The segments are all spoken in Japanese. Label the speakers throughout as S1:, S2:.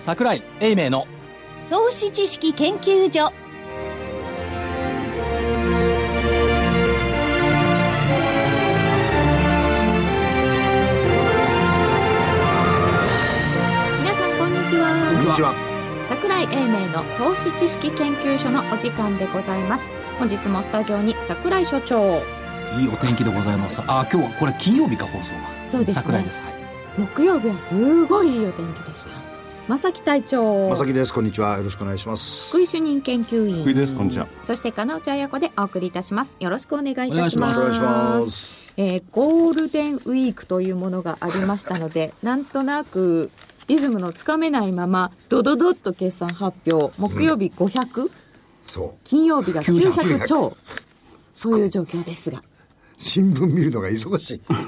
S1: 桜井英明の
S2: 投資知識研究所皆さんこんにちは
S3: こんにちは。
S2: 桜井英明の投資知識研究所のお時間でございます本日もスタジオに桜井所長
S1: いいお天気でございますあ今日はこれ金曜日か放送が
S2: そうですね
S1: 桜井です、はい、
S2: 木曜日はすごいいいお天気でした正木隊長
S3: まさきです。こんにちは。よろしくお願いします。
S2: 福井主任研究員
S4: 福井ですこんにちは
S2: そして金内彩子でお送りいたしますよろしくお願いいたします
S3: お願いします。
S2: えーゴールデンウィークというものがありましたの でなんとなくリズムのつかめないままドドドッと決算発表木曜日500、
S3: そう。
S2: 金曜日が900
S3: 900
S2: 超そういう状況ですが
S3: 新聞見るのが忙しい。
S2: 本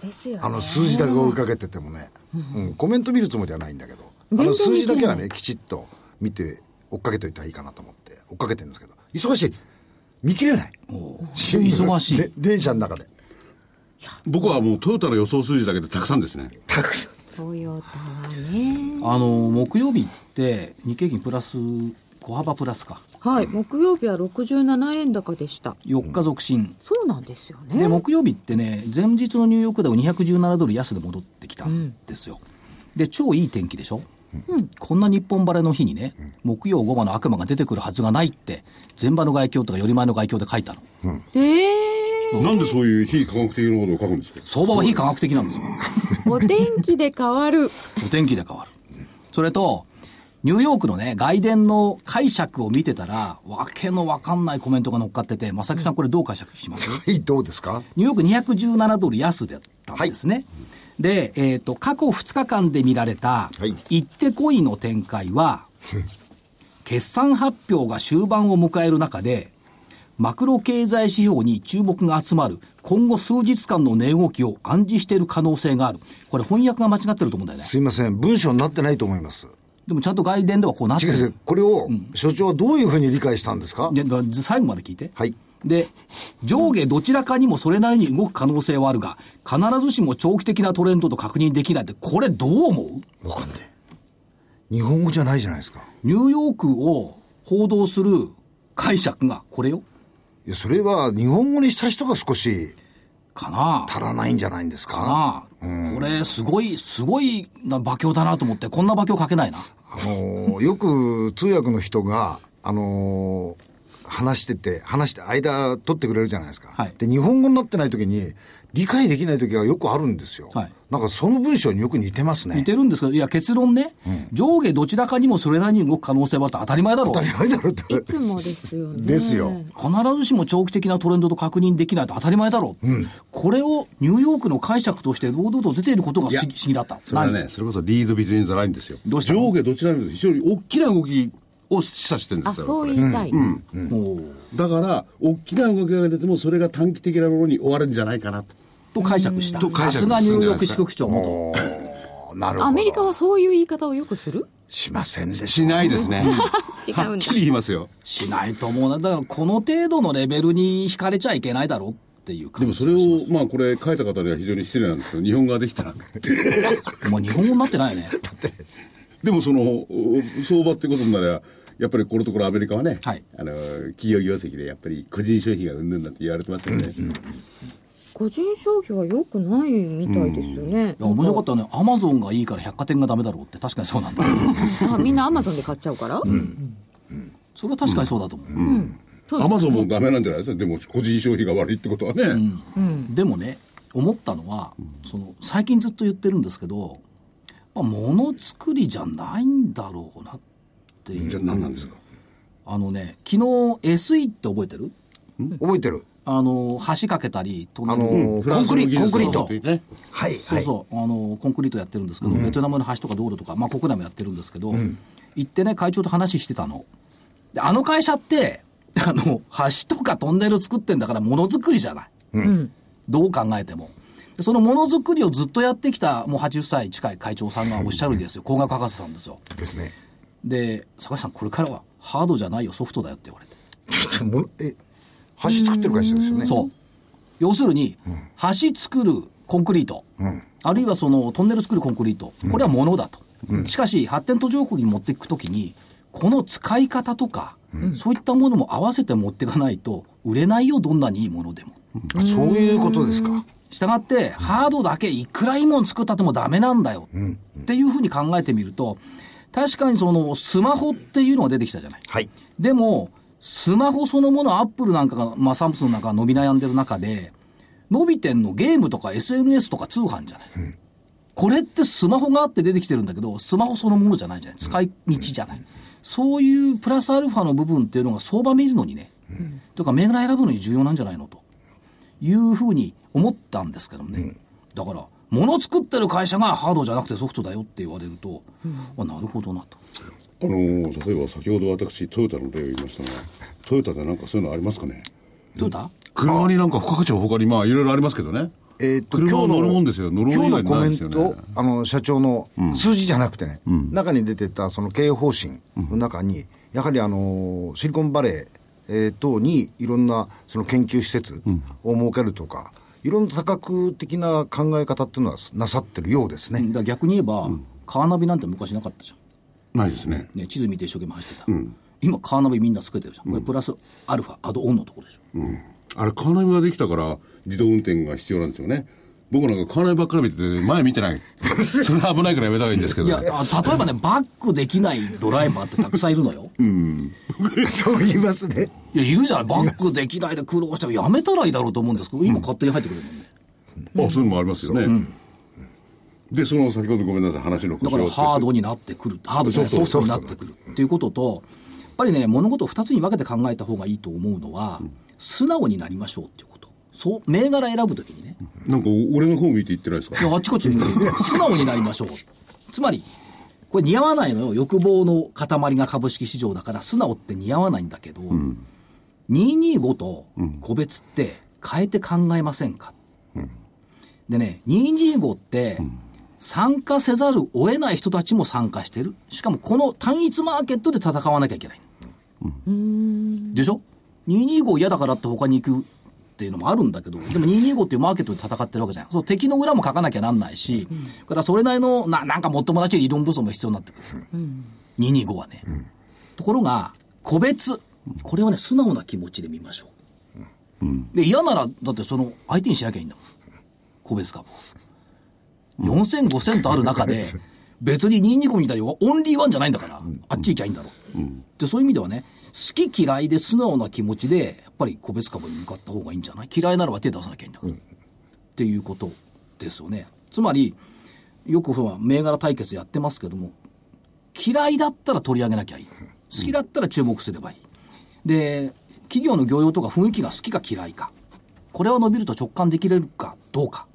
S2: 当ですよね
S3: あの数字だけ追いかけててもね、うん、コメント見るつもりはないんだけど、あ
S2: 全然
S3: の数字だけは
S2: 見
S3: ね、きちっと見て、追っかけておいたらいいかなと思って、追っかけてるんですけど、忙しい。見切れない。新聞
S1: 忙しい
S3: で電車の中で。
S4: 僕はもうトヨタの予想数字だけでたくさんですね。
S3: たくさん。
S2: トヨタはね
S1: あの木曜日って日経平均プラス小幅プラスか
S2: はい木曜日は67円高でした
S1: 4日続伸、
S2: そうなんですよね
S1: で木曜日ってね前日のニューヨークダウ217ドル安で戻ってきたんですよ、で超いい天気でしょ、こんな日本晴れの日にね、木曜午後の悪魔が出てくるはずがないって前場の外況とかより前の外況で書いたの
S2: えー
S4: なんでそういう非科学的なことを書くんですか
S1: 相場は非科学的なんですよ
S2: お天気で変わる
S1: お天気で変わるそれとニューヨークのね外伝の解釈を見てたらわけのわかんないコメントが乗っかってて正木さんこれどう解釈します、
S3: はい、どうですか
S1: ニューヨーク217ドル安だったんですね。で、えっ、と、過去2日間で見られた、
S3: はい
S1: 行ってこいの展開は、決算発表が終盤を迎える中で、マクロ経済指標に注目が集まる、今後数日間の値動きを暗示している可能性がある。これ翻訳が間違ってると思うんだよね。
S3: すいません。文章になってないと思います。
S1: でもちゃんと外伝ではこうなって
S3: 違う
S1: る。
S3: 違う。これを、所長はどういうふうに理解したんですか
S1: でだ最後まで聞いて。
S3: はい
S1: で、上下どちらかにもそれなりに動く可能性はあるが、必ずしも長期的なトレンドと確認できないって、これどう思う
S3: わかんない。日本語じゃないじゃないですか。
S1: ニューヨークを報道する解釈がこれよ
S3: いや、それは日本語にした人が少し
S1: かな
S3: 足らないんじゃないんですか
S1: かなこれ、すごい、すごいな馬鏡だなと思って、こんな馬鏡かけないな。
S3: あのーよく通訳の人が、あのー話してて、話して間取ってくれるじゃないですか。
S1: はい
S3: で、日本語になってない時に、理解できない時がよくあるんですよ。
S1: はい
S3: なんかその文章によく似てますね。
S1: 似てるんですけど、いや、結論ね、上下どちらかにもそれなりに動く可能性はあって当たり前だろう
S3: 当。たり前だろって。
S2: いつもですよね
S3: ですよ。
S1: 必ずしも長期的なトレンドと確認できないと当たり前だろう、これをニューヨークの解釈として堂々と出ていることが不思議不思議だった
S4: それは
S1: 何
S4: ね、それこそリードビトゥインザラインですよ。
S1: どうしたの
S4: 上下どちらにも非常に大きな動きを示唆してるんで
S2: あ
S4: すよ。
S2: そう
S4: これ
S2: 言いたい、
S1: もう
S4: だから、大きな動きが出ても、それが短期的なものに終わるんじゃないかなと。
S1: と解釈した
S4: と解
S1: さ
S4: 釈
S1: すがニューヨーク支局長元
S3: あなるほど。
S2: アメリカはそういう言い方をよくする
S3: しませんでし
S4: しないですね。
S2: 違
S4: は
S2: うんだ
S4: っきり言いますよ。
S1: しないと思うなだからこの程度のレベルに惹かれちゃいけないだろうっていう
S4: で
S1: 感
S4: も
S1: じ
S4: それを、まあこれ書いた方には非常に失礼なんですけど、日本語ができたら。
S1: もう日本語になってないよ ね
S4: でもその、お相場ってことになれば、やっぱりこのところアメリカはね、
S1: はい
S4: あの、企業業績でやっぱり個人消費がうんぬんだって言われてますよね。
S2: 個人消費は良くないみたいですよね
S1: いや面白かったねアマゾンがいいから百貨店がダメだろうって確かにそうなんだ
S2: あみんなアマゾンで買っちゃうから、
S1: それは確かにそうだと思う、
S2: そう
S4: アマゾンもダメなんじゃないですか。でも個人消費が悪いってことはね。
S1: でもね思ったのはその最近ずっと言ってるんですけど、まあ、ものづくりじゃないんだろうなっていう、
S4: じゃあ何なんですか。
S1: あのね昨日 SE って覚えてる
S3: 覚えてる。
S1: あの橋かけたりトンネ
S3: あ
S1: ル、
S3: のー
S4: フランスの技術
S3: コンクリ
S4: の
S3: コンク
S4: こと
S3: リ
S4: 言
S3: ー
S4: っ
S3: ト。
S4: てね
S3: はい、
S1: そう
S3: はい。
S1: そう、あのコンクリートやってるんですけど、ベトナムの橋とか道路とか、まあ、国内もやってるんですけど、行ってね会長と話してたのであの会社って あの橋とかトンネル作ってんだからものづくりじゃない、どう考えてもでそのものづくりをずっとやってきたもう80歳近い会長さんがおっしゃるんですよ工学博士さんですよ
S3: ですね。
S1: で「坂井さんこれからはハードじゃないよソフトだよ」って言われて
S3: ちょっともの、え、橋作ってる会社ですよね。
S1: そう。要するに、橋作るコンクリート、あるいはそのトンネル作るコンクリート、これはものだと。しかし、発展途上国に持っていくときに、この使い方とか、そういったものも合わせて持っていかないと、売れないよ、どんなにいいものでも。
S3: あそういうことですか。
S1: したがって、ハードだけいくらいいもの作ったってもダメなんだよ、っていうふうに考えてみると、確かにそのスマホっていうのが出てきたじゃない。
S3: はい。
S1: でも、スマホそのもの、アップルなんかが、まあサムスンなんかが伸び悩んでる中で、伸びてんのゲームとか SNS とか通販じゃない。これってスマホがあって出てきてるんだけど、スマホそのものじゃないじゃない。使い道じゃない。そういうプラスアルファの部分っていうのが相場見るのにね、とか銘柄選ぶのに重要なんじゃないのというふうに思ったんですけどもね。だから、物作ってる会社がハードじゃなくてソフトだよって言われると、あなるほどなと。
S4: あのー例えば先ほど私トヨタの例を言いましたがトヨタでなんかそういうのありますかね
S1: どうだ、
S4: 車になんか付加価値は他にまあいろいろありますけどね
S3: えーと
S4: 車は
S3: 今日の
S4: 乗るもんですよ乗る
S3: 今
S4: も
S3: 日
S4: ん
S3: の
S4: 以外に
S3: コ
S4: ない
S3: メ
S4: ですよ
S3: ン
S4: ね
S3: ト、あの、社長の数字じゃなくてね、中に出てたその経営方針の中に、やはりあの、シリコンバレー、えー等にいろんなその研究施設を設けるとか、いろんな多角的な考え方っていうのはなさってるようです
S1: うん
S3: ね。
S1: だから逆に言えば、カーナビなんて昔なかったじゃ
S4: ないですね
S1: ん、ね、地図見て一生懸命走ってた、今カーナビみんなつけてるじゃんこれプラスアルファアドオンのところでしょ、
S4: あれカーナビができたから自動運転が必要なんですよね僕なんかカーナビばっかり見てて前見て ないそれは危ないからやめた方がいいんですけど
S1: い
S4: ね
S1: やあ例えばねバックできないドライバーってたくさんいるのよ、い
S3: そう言いますね。
S1: やいるじゃんバックできないで苦労してやめたらいいだろうと思うんですけど今勝手に入ってくれるもんね、
S4: まあそういうのもありますよね、でその先ほどごめんなさい話の
S1: だからハードになってくる、ハードじゃない
S4: ソ
S1: ソ
S4: フ
S1: フ
S4: ト
S1: トになってくるっていうことと、やっぱりね、物事を2つに分けて考えた方がいいと思うのは、素直になりましょうっていうこと、そう銘柄選ぶときにね、
S4: なんかお俺の方見て言ってないですか
S1: いやあっちこっちに 素直になりましょう。つまり、これ似合わないのよ。欲望の塊が株式市場だから、素直って似合わないんだけど、225と個別って変えて考えませんか、でね、225って、参加せざるを得ない人たちも参加してる。しかもこの単一マーケットで戦わなきゃいけない。でしょ ?225 嫌だからって他に行くっていうのもあるんだけど、でも225っていうマーケットで戦ってるわけじゃない。そう敵の裏も書かなきゃなんないし、だからそれなりの、ななんかもっともらしい理論武装も必要になってくる。225はね。ところが、個別。これはね、素直な気持ちで見ましょう。で、嫌なら、だってその、相手にしなきゃいいんだもん。個別株を。4000、5000とある中 で、別に225みたいにオンリーワンじゃないんだから、あっち行きゃいいんだろう。で、そういう意味ではね、好き嫌いで素直な気持ちで、やっぱり個別株に向かった方がいいんじゃない嫌いならば手出さなきゃいいんだから。っていうことですよね。つまり、よくほら、銘柄対決やってますけども、嫌いだったら取り上げなきゃいい。好きだったら注目すればいい。で、企業の業用とか雰囲気が好きか嫌いか。これは伸びると直感できれるかどうか。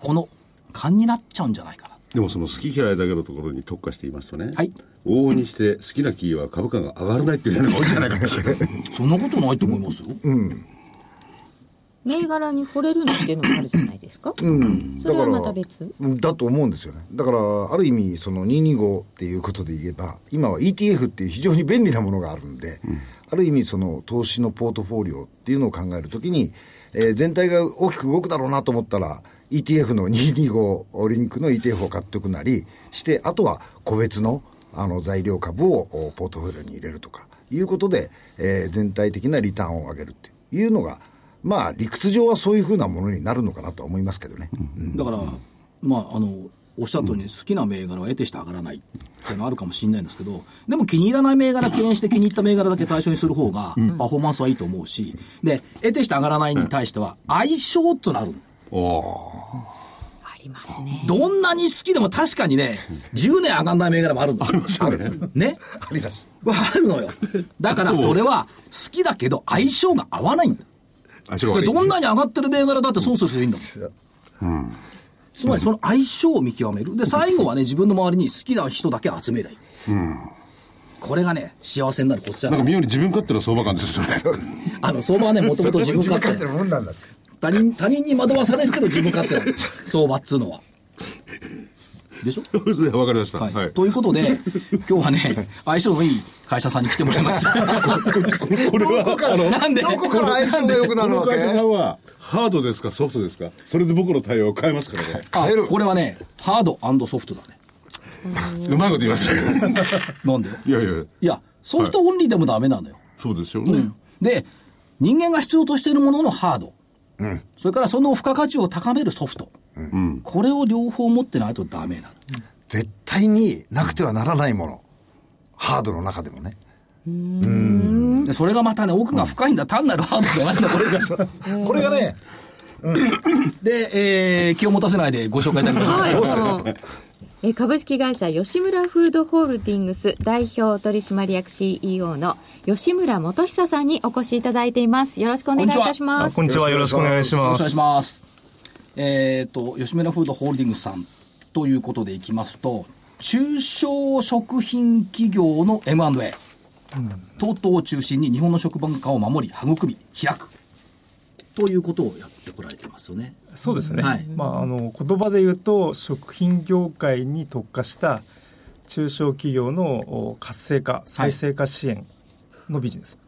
S1: この勘になっちゃうんじゃないかな。
S4: でもその好き嫌いだけのところに特化して言いますとね、
S1: はい
S4: 往々にして好きな企業は株価が上がらないっていうのが多いんじゃないかと
S1: そんなことないと思いますよ。
S2: 銘柄に惚れるのっていうのもあるじゃないですか、それはまた別
S3: うんだと思うんですよね。だから、ある意味、その225っていうことで言えば、今は ETF っていう非常に便利なものがあるんで、ある意味、その投資のポートフォリオっていうのを考えるときに、えー全体が大きく動くだろうなと思ったら、ETF の225リンクの ETF を買っておくなりして、あとは個別のあの材料株をおポートフォリオに入れるとかいうことで、えー全体的なリターンを上げるっていうのが、まあ理屈上はそういうふうなものになるのかなとは思いますけどね。
S1: だから、まあ、あの、おっしゃったように好きな銘柄は得てして上がらないっていうのはあるかもしれないんですけど、でも気に入らない銘柄敬遠して気に入った銘柄だけ対象にする方がパフォーマンスはいいと思うし、で、得てして上がらないに対しては相性ってなる。
S2: ありますね
S1: どんなに好きでも確かにね、10年上がんない銘柄もあるんだ。ある。ね。
S3: あります。
S1: あるのよ。だからそれは好きだけど相性が合わないんだ。
S4: あ違う
S1: これ どんなに上がってる銘柄だって損する人いいんだもん。つまりその相性を見極める。で、最後はね、自分の周りに好きな人だけ集めりゃいい。これがね、幸せになるコツじゃ
S4: なん
S1: な
S4: か
S1: い。
S4: 妙に自分勝手な相場感ですよね
S1: あの、相場はね、もともと自分勝手。
S3: もんなんだって。
S1: 他人、他人に惑わされるけど自分勝手なの。相場っつうのは。でしょ
S4: そうですねわかりました、
S1: はい。
S4: はい
S1: ということで、今日はね、相性のいい会社さんに来てもらいました。
S4: これはあの
S1: なんで
S3: どこから相性が良くな
S4: こ
S3: る
S4: の
S3: わ
S4: 会社さ
S3: け
S4: んはハードですかソフトですかそれで僕の対応を変えますからね
S1: あ
S3: 変える
S1: これはね、ハードソフトだね。
S4: うまいこと言いますね。
S1: なんで
S4: いやいや、
S1: いや、ソフトオンリーでもダメなのよ。
S4: そうですよね。
S1: で、人間が必要としているもののハード、それからその付加価値を高めるソフト、これを両方持ってないとダメなの。
S3: 絶対になくてはならないもの。ハードの中でもね。
S1: でそれがまたね、奥が深いんだ、単なるハードじゃないんだ、これが。
S3: これがね、
S1: で、えー気を持たせないでご紹介いただきましょう。
S2: はい、えー株式会社吉村フードホールディングス代表取締役 CEO の吉村元久さんにお越しいただいています。よろしくお願いいたしま
S5: あ
S2: す。
S5: こんにちは。よろしくお願いし
S1: よろ
S5: ま
S1: しくお願い
S5: す
S1: し。ます。えっ、と、吉村フードホールディングスさんということでいきますと、中小食品企業の M&A、等々を中心に日本の食文化を守り、育み、飛躍。ということをやってこられてますよね。
S5: そうですね。
S1: はい
S5: まああの言葉で言うと食品業界に特化した中小企業のお活性化、再生化支援のビジネス。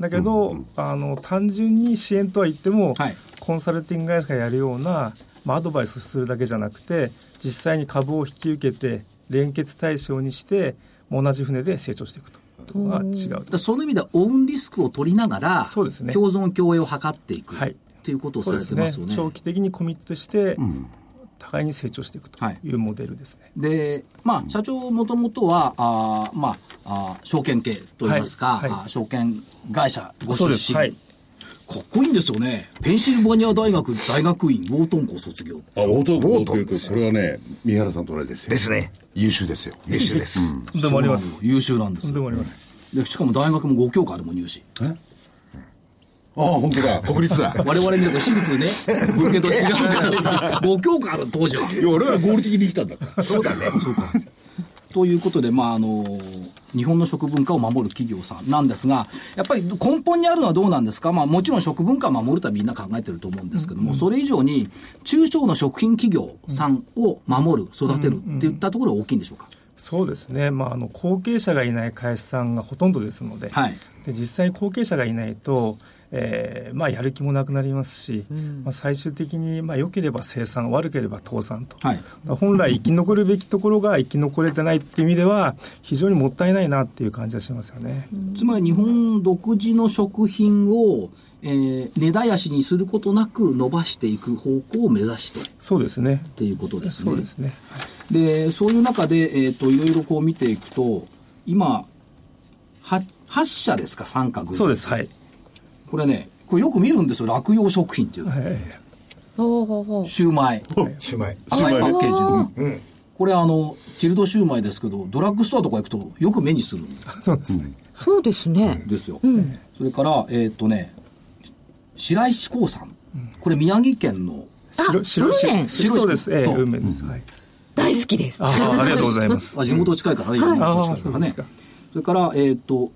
S5: だけど、あの単純に支援とは言っても、
S1: はい
S5: コンサルティング会社がやるような、まあ、アドバイスするだけじゃなくて実際に株を引き受けて連結対象にして同じ船で成長していくとところが違う
S1: だからその意味ではオウンリスクを取りながら、
S5: そうですね
S1: 共存共栄を図っていく、
S5: はい
S1: ということをさ
S5: そうで
S1: れ
S5: す
S1: てますよね。
S5: 長期的にコミットして、互いに成長していくと
S1: はい
S5: いうモデルですね。
S1: で、まあ、社長もともとは、あーまあ、あー証券系といいますか、
S5: はいはい
S1: あー証券会社ご出
S5: そう
S1: 身、
S5: です。はい。
S1: かっこいいんですよね。ペンシルバニア大学大学院ウォートン校卒業。
S4: あ、オート
S3: ボ
S4: ボ
S3: ート
S4: ート
S3: で
S4: いう
S3: す
S4: これはね、三原さんと同じですよ。
S3: ですね。
S4: 優秀ですよ。
S3: 優秀です。
S5: とんでもあります。
S1: 優秀なんです
S5: とんで
S1: よ。
S5: もあります。
S1: で、しかも大学も5教科でも入試。
S4: えああ、本当だ。国立だ。
S1: 我々見たら私立ね、 文系と違うからさ、5教科ある当時は。
S4: いや、俺は合理的に生きたんだから。
S1: そうだね。そうか。ということで、まあ、あの、日本の食文化を守る企業さんなんですが、やっぱり根本にあるのはどうなんですかまあ、もちろん食文化を守るとはみんな考えてると思うんですけども、それ以上に、中小の食品企業さんを守る、育てるっていったところが大きいんでしょうか、
S5: そうですね。まあ、あの、後継者がいない会社さんがほとんどですので、
S1: はい
S5: で実際に後継者がいないと、えーまあ、やる気もなくなりますし、まあ、最終的に、まあ、良ければ生産、悪ければ倒産と。
S1: はい
S5: 本来生き残るべきところが生き残れてないっていう意味では、非常にもったいないなっていう感じはしますよね。
S1: つまり日本独自の食品を、えー根絶やしにすることなく伸ばしていく方向を目指してっ
S5: そうですね。
S1: ていうことですね。
S5: そうですね。
S1: でそういう中で、えー、といろいろこう見ていくと今 8, 社ですか三角
S5: そうです。はい。
S1: これねこれよく見るんですよ落用食品っていうの
S5: はい
S2: ほうほうほう
S1: シューマイ
S3: シュマイ。
S1: 甘いパッケ
S2: う
S1: ージのこれあのチルドシューマイですけどドラッグストアとか行くとよく目にするん
S5: そうですね。
S2: そうですね。
S1: ですよ、それからえっ、とね白石興産これ宮城県の
S5: 白白
S2: 運命
S5: 白そうです。ええ
S1: そう
S5: 運命です。はい。
S2: 大好きです。
S5: ああ、ありがとうございます。
S1: あ地元近いからね、山口近いから
S5: あーそうで
S1: ね
S5: すか
S1: それからえっ、と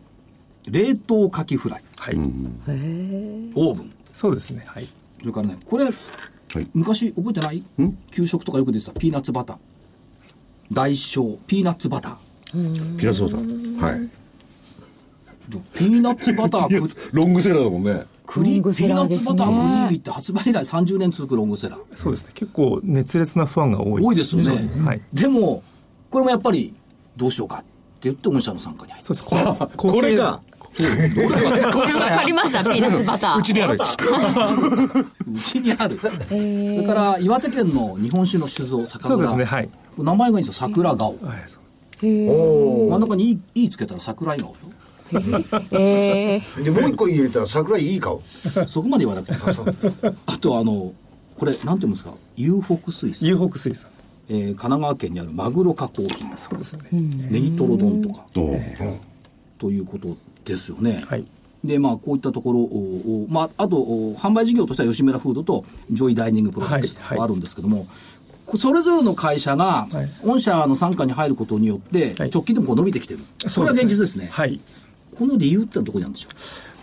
S1: 冷凍カキフライ
S5: はい。
S1: オーブン
S5: そうですね。はい。
S1: それからね、これ、
S4: い
S1: 昔覚えてない給食とかよく出てたピーナッツバター。大小、ピーナッツバター。
S4: ピラソーさん。はい。
S1: ピーナッツバター、く
S4: ロングセラーだもんね。
S1: 栗、
S2: ロング
S1: ピ
S2: セ
S1: ーナ
S2: ラ
S1: ッ
S2: ーで
S1: ツ
S2: すね
S1: バタークリーミーって発売以来30年続くロングセラー。
S5: そうですね。結構熱烈なファンが多い。
S1: 多いですよね。
S5: はい。
S1: でも、これもやっぱり、どうしようかって言って、御社の参加に入った。
S5: そうです。これ
S4: これか。
S2: わかりました、ピーナッツバター。
S4: うちにある。
S1: うちにある。それから、岩手県の日本酒の酒造、酒蔵。
S5: そうですね。はい。
S1: これ名前がいいんですよ、桜顔。
S5: はい。そう
S1: 真ん中にいい、いいつけたら桜井顔よ。
S2: えー
S3: で、もう一個入れたら桜井いい顔。
S1: そこまで言わなくても。あとあの、これ、なんていうんですか、遊北水産、
S5: 遊北水産。
S1: えー神奈川県にあるマグロ加工品、
S5: そうですね。
S1: ネギトロ丼とか、
S4: おう
S1: ということですよね。
S5: はい。
S1: で、まあ、こういったところを、おまあ、あと、お販売事業としては吉村フードとジョイダイニングプロダクツ
S5: はいはい
S1: があるんですけども、こそれぞれの会社が
S5: はい、
S1: 御社の傘下に入ることによって、
S5: はい
S1: 直近でもこう伸びてきてる。それは現実ですね。
S5: はい。
S1: この理由ってのはどこにあるんでしょ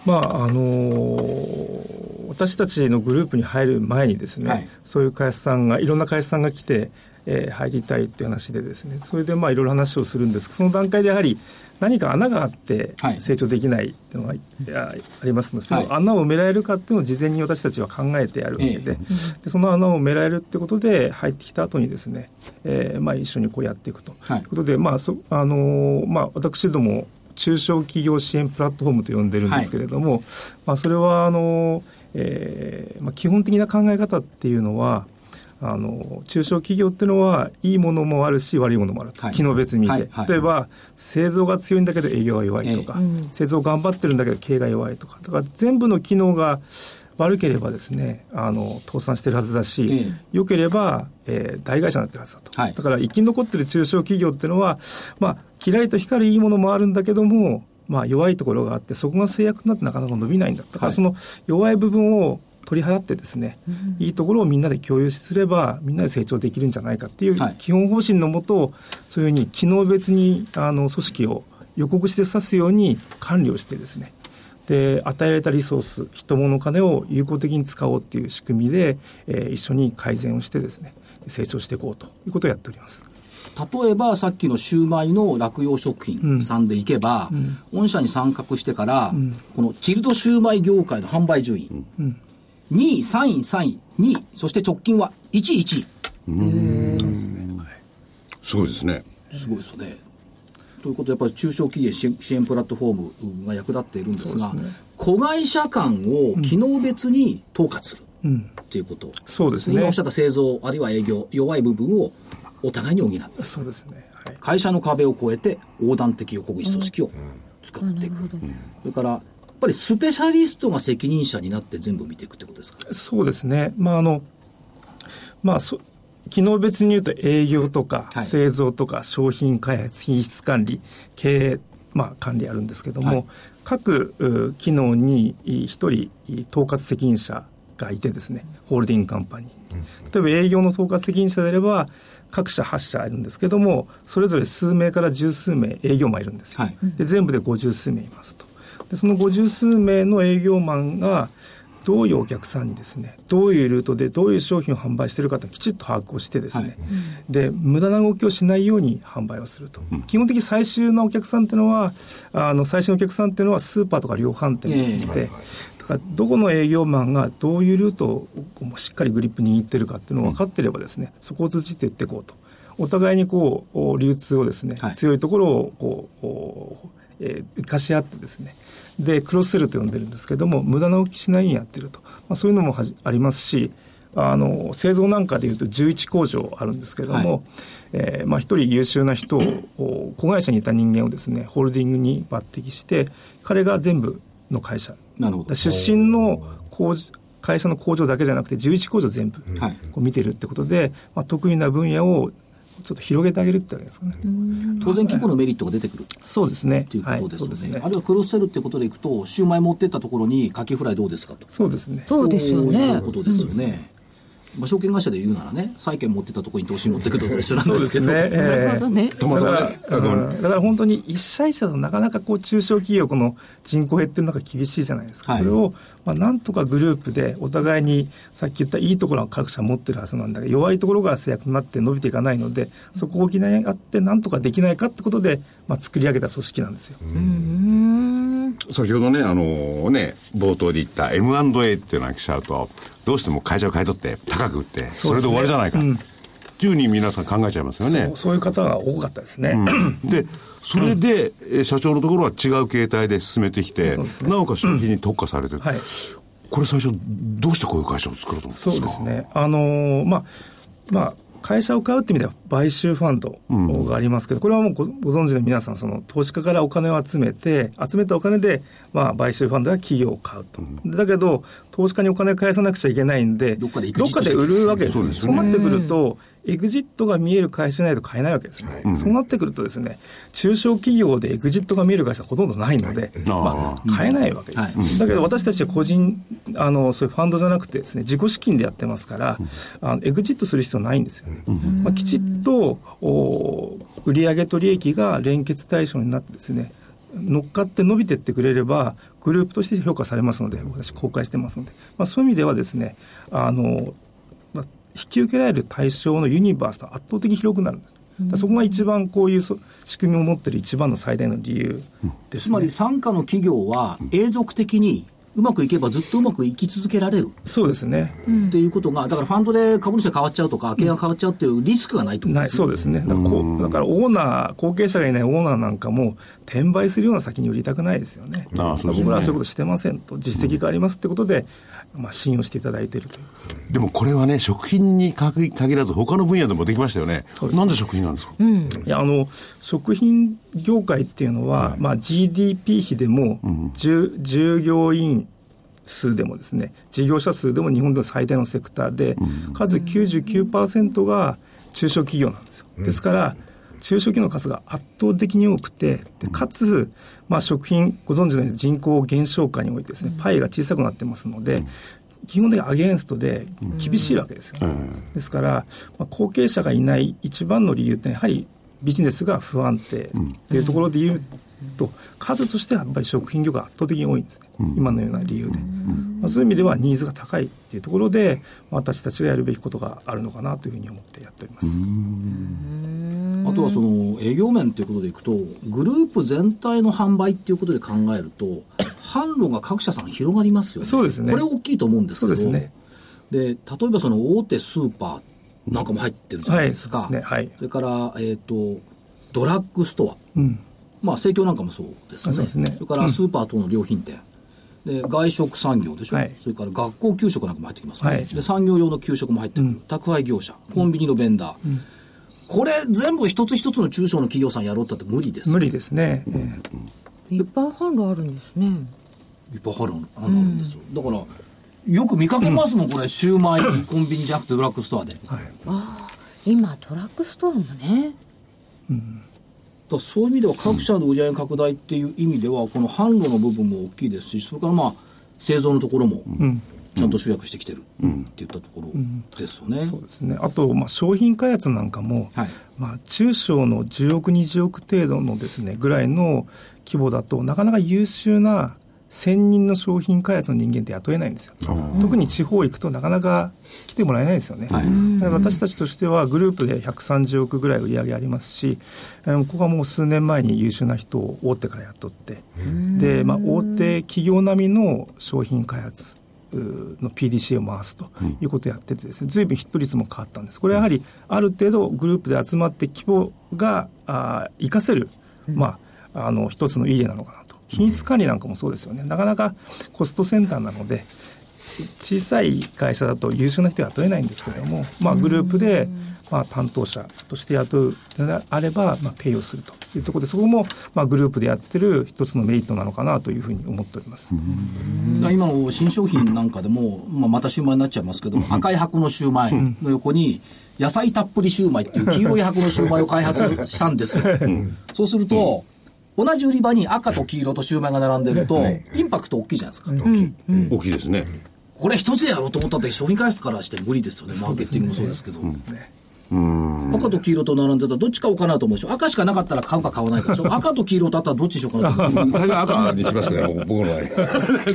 S5: まああのー私たちのグループに入る前にですね、
S1: はい
S5: そういう会社さんがいろんな会社さんが来て、えー入りたいっていう話でですねそれでまあいろいろ話をするんですけどその段階でやはり何か穴があって
S1: はい
S5: 成長できないっていうのがいやありますので、そ
S1: はい
S5: の穴を埋められるかっていうのを事前に私たちは考えてやるわけで,、
S1: え
S5: でその穴を埋められるってことで入ってきた後にですね、えーまあ、一緒にこうやっていくと、
S1: はい
S5: ということで、まあそあのーまあ、私ども中小企業支援プラットフォームと呼んでるんですけれども、まあ、それはあのー、えーまあ、基本的な考え方っていうのはあのー中小企業っていうのはいいものもあるし悪いものもあると、
S1: はい
S5: 機能別に見て、
S1: はいはい
S5: 例えば製造が強いんだけど営業が弱いとか、
S2: ええうん
S5: 製造頑張ってるんだけど経営が弱いとかだから全部の機能が悪ければですねあの倒産してるはずだし、
S1: ええ
S5: 良ければ、えー大会社になってるはずだと、
S1: はい
S5: だから生き残ってる中小企業っていうのは、まあ、キラリと光るいいものもあるんだけども、まあ、弱いところがあってそこが制約になってなかなか伸びないんだだ
S1: は
S5: から
S1: い
S5: その弱い部分を取り払ってですね、いいところをみんなで共有すればみんなで成長できるんじゃないかっていう
S1: はい
S5: 基本方針のもとそういうふうに機能別にあの組織を予告して指すように管理をしてですねで与えられたリソース人物金を有効的に使おうっていう仕組みで、えー一緒に改善をしてですね成長していこうということをやっております。
S1: 例えばさっきのシューマイの落葉食品さんでいけば、御社に参画してから、このチルドシューマイ業界の販売順位、2位、3位、3位、2位、そして直近は1位、1
S4: すごいですね。
S1: 位。すごいですよね。ということで、やっぱり中小企業支援支援プラットフォームが役立っているんですが、
S5: そうです
S1: 子会社間を機能別に統括する
S5: うん、
S1: っていうこと。
S5: そうです
S1: 今お
S5: ね
S1: っしゃった製造、あるいは営業、弱い部分をお互いに補って。
S5: そうですね、はい、
S1: 会社の壁を越えて横断的横口組織を作っていく、それからやっぱりスペシャリストが責任者になって全部見ていくってことですか
S5: そうですね、まああのまあ、そ機能別に言うと営業とか
S1: はい
S5: 製造とか商品開発、品質管理、経営、まあ、管理あるんですけども、
S1: はい
S5: 各う機能にい一人い統括責任者がいてですね、ホールディングカンパニーに。例えば営業の統括責任者であれば、各社8社いるんですけども、それぞれ数名から十数名営業マンいるんですよ。
S1: はい
S5: で全部で50数名いますとでその50数名の営業マンがどういうお客さんにですねどういうルートでどういう商品を販売しているかときちっと把握をしてですね、
S1: はい
S5: で無駄な動きをしないように販売をすると、基本的に最終のお客さんっていうのはあの最終のお客さんっていうのはスーパーとか量販店ですので、だからどこの営業マンがどういうルートをこうしっかりグリップ握ってるかっていうのを分かってればですね、そこを通じて言っていこうとお互いにこうお流通をですね、
S1: はい
S5: 強いところをこうお、えー生かし合ってですねでクロスセルと呼んでるんですけども無駄な動きしないようにやってると、まあ、そういうのもはじありますしあの製造なんかでいうと11工場あるんですけども、
S1: はい
S5: えーまあ、一人優秀な人をお子会社にいた人間をですねホールディングに抜擢して彼が全部の会社
S1: なるほど
S5: 出身の工場会社の工場だけじゃなくて11工場全部
S1: はい
S5: こう見てるってことで、まあ、得意な分野をちょっと広げてあげるってわけですかね。
S1: 当然規模のメリットが出てくるっ
S5: そうですね。
S1: ていうことですよね,、
S5: はい
S1: あるいはクロスセルってことでいくとシューマイ持ってったところにカキフライどうですかと
S5: そうですね。そうですね。
S2: そうです
S1: とい
S2: よね
S1: う。ことですよね、まあ、証券会社で言うならね債券持ってったところに投資持ってくるのと一緒なんですけど
S2: な
S5: え
S2: る
S5: え
S2: ほどね。
S4: たまたまね、あ
S5: う
S4: の、
S5: んだから本当に一社一社だとなかなかこう中小企業この人口減ってる中厳しいじゃないですか、
S1: はい
S5: それをまあなんとかグループでお互いにさっき言ったいいところは各社持ってるはずなんだけど弱いところが制約になって伸びていかないのでそこを補い合ってなんとかできないかってことで、まあ、作り上げた組織なんですよ。
S4: 先ほどね、あのね、冒頭で言った M&A っていうのが来ちゃうと、どうしても会社を買い取って、高く売って、それで終わりじゃないか。っていうふうに皆さん考えちゃいますよね
S5: そう。そういう方が多かったですね。
S4: で、それで、え社長のところは違う形態で進めてきて、
S5: そうですね
S4: なおかつ商品に特化されてる、
S5: はい
S4: これ最初、どうしてこういう会社を作ろうと思ったん
S5: そう
S4: で
S5: ですす
S4: か
S5: ね。あのーまあ、まあ、会社を買うって意味では買収ファンドがありますけど、これはもうごご存知の皆さん、その投資家からお金を集めて、集めたお金で、まあ、買収ファンドや企業を買うと。だけど、投資家にお金を返さなくちゃいけないんで、
S1: どっかでエグ
S5: ど
S1: ジ
S5: っ
S1: ット
S5: か
S1: して
S5: で売るわけです
S4: そ
S5: よ
S4: う
S5: ね。
S4: です
S5: そ
S4: よ
S5: う
S4: ね
S5: なってくると、エグジットが見える会社でないと買えないわけですよね。そうなってくるとですね、中小企業でエグジットが見える会社ほとんどないので、
S4: あー
S5: まあ、買えないわけですよ。だけど私たちは個人あのそういうファンドじゃなくてですね自己資金でやってますから、あのエグジットする必要ないんですよね、まあ、きちっとお売上と利益が連結対象になってですね乗っかって伸びてってくれればグループとして評価されますので私公開してますので、まあ、そういう意味ではですねあのまあ引き受けられる対象のユニバースと圧倒的に広くなるんです。だからそこが一番こういうそ仕組みを持ってる一番の最大の理由です、
S1: つ
S5: ね
S1: まり傘下の企業は永続的にうまくいけばずっとうまくいき続けられる
S5: そうですね、
S1: っていうことが、だからファンドで株主が変わっちゃうとか、契約が変わっちゃうっていうリスクがないってこと
S5: な
S1: で
S5: い
S1: すね
S5: そうですねだからこうだからオーナー後継者がいないオーナーなんかも転売するような先に売りたくないですよね
S4: ああそうですね
S5: 僕らはそういうことしてませんと実績がありますってことで、まあ、信用していただいているということですね
S4: でもこれはね、食品に限らず、他の分野でもできましたよね。なんで食品なんですか、
S5: いやあの食品業界っていうのは、まあ、GDP 比でも、従従業員数でもですね事業者数でも日本での最大のセクターで、数99%が中小企業なんですよですから、中小企業の数が圧倒的に多くてでかつ、まあ、食品ご存知のように人口減少下においてですね、パイが小さくなってますので、基本的にアゲンストで厳しいわけですよ、ねですから、まあ、後継者がいない一番の理由ってのはやはりビジネスが不安定っていうところで言うと、数としてはやっぱり食品業が圧倒的に多いんですね、今のような理由で、まあ、そういう意味ではニーズが高いっていうところで、まあ私たちがやるべきことがあるのかなというふうに思ってやっております。
S1: あとはその営業面ということでいくと、グループ全体の販売っていうことで考える と、販路が各社さん広がりますよね、
S5: そうですね
S1: これ大きいと思うんですけど、
S5: そうですね
S1: で例えばその大手スーパーなんかも入ってるじゃないですか、
S5: はいそうですねはい
S1: それから、えー、とドラッグストア、
S5: うん
S1: まあ、生協なんかもそうですよ
S5: あそ
S1: ね、
S5: うですね
S1: れからスーパー等の良品店。で外食産業でしょ、
S5: はい
S1: それから学校給食なんかも入ってきますね、
S5: はい
S1: で産業用の給食も入ってくる、宅配業者コンビニのベンダー、これ全部一つ一つの中小の企業さんやろうったって無理です
S5: 無理ですね、ええ
S2: いっぱい販路あるんですね
S1: いっぱいあるあるんですよ、だからよく見かけますもんこれシューマイコンビニじゃなくてドラッグストアで、だか
S2: 今トラックストアもね
S1: らそういう意味では各社の売り上げ拡大っていう意味ではこの販路の部分も大きいですしそれからまあ製造のところもちゃんと集約してきてるっていったところですよね、
S5: そうですね、あと、まあ、商品開発なんかも、
S1: はい
S5: まあ、中小の10億、20億程度のですねぐらいの規模だとなかなか優秀な1000人の商品開発の人間って雇えないんですよ、特に地方行くとなかなか来てもらえないですよね、だから私たちとしてはグループで130億ぐらい売り上げありますし、あのここはもう数年前に優秀な人を大手から雇って、でまあ、大手企業並みの商品開発。の PDC を回すということをやっててですね、ずいぶんヒット率も変わったんです。これはやはりある程度グループで集まって規模があー活かせる、まあ、あの一つのいい例なのかなと。品質管理なんかもそうですよね。なかなかコストセンターなので、小さい会社だと優秀な人は雇えないんですけども、まあ、グループで、まあ、担当者として雇うのであれば、まあ、ペイをするというところでそこも、まあ、グループでやってる一つのメリットなのかなというふうに思っております。
S1: だから今の新商品なんかでも、まあ、またシューマイになっちゃいますけど、赤い箱のシューマイの横に、野菜たっぷりシューマイっていう黄色い箱のシューマイを開発したんですよ。そうすると、同じ売り場に赤と黄色とシューマイが並んでると、インパクト大きいじゃないですか。
S4: 大きいですね。
S1: これ一つでやろうと思ったって商品開発からして無理ですよね。マーケティングもそうですけど。赤と黄色と並んでたらどっち買おうかなと思うでしょ。赤しかなかったら買うか買わないかでしょ。赤と黄色とあったらどっちにしようかな と思う。
S4: 大概赤にしますね、僕の場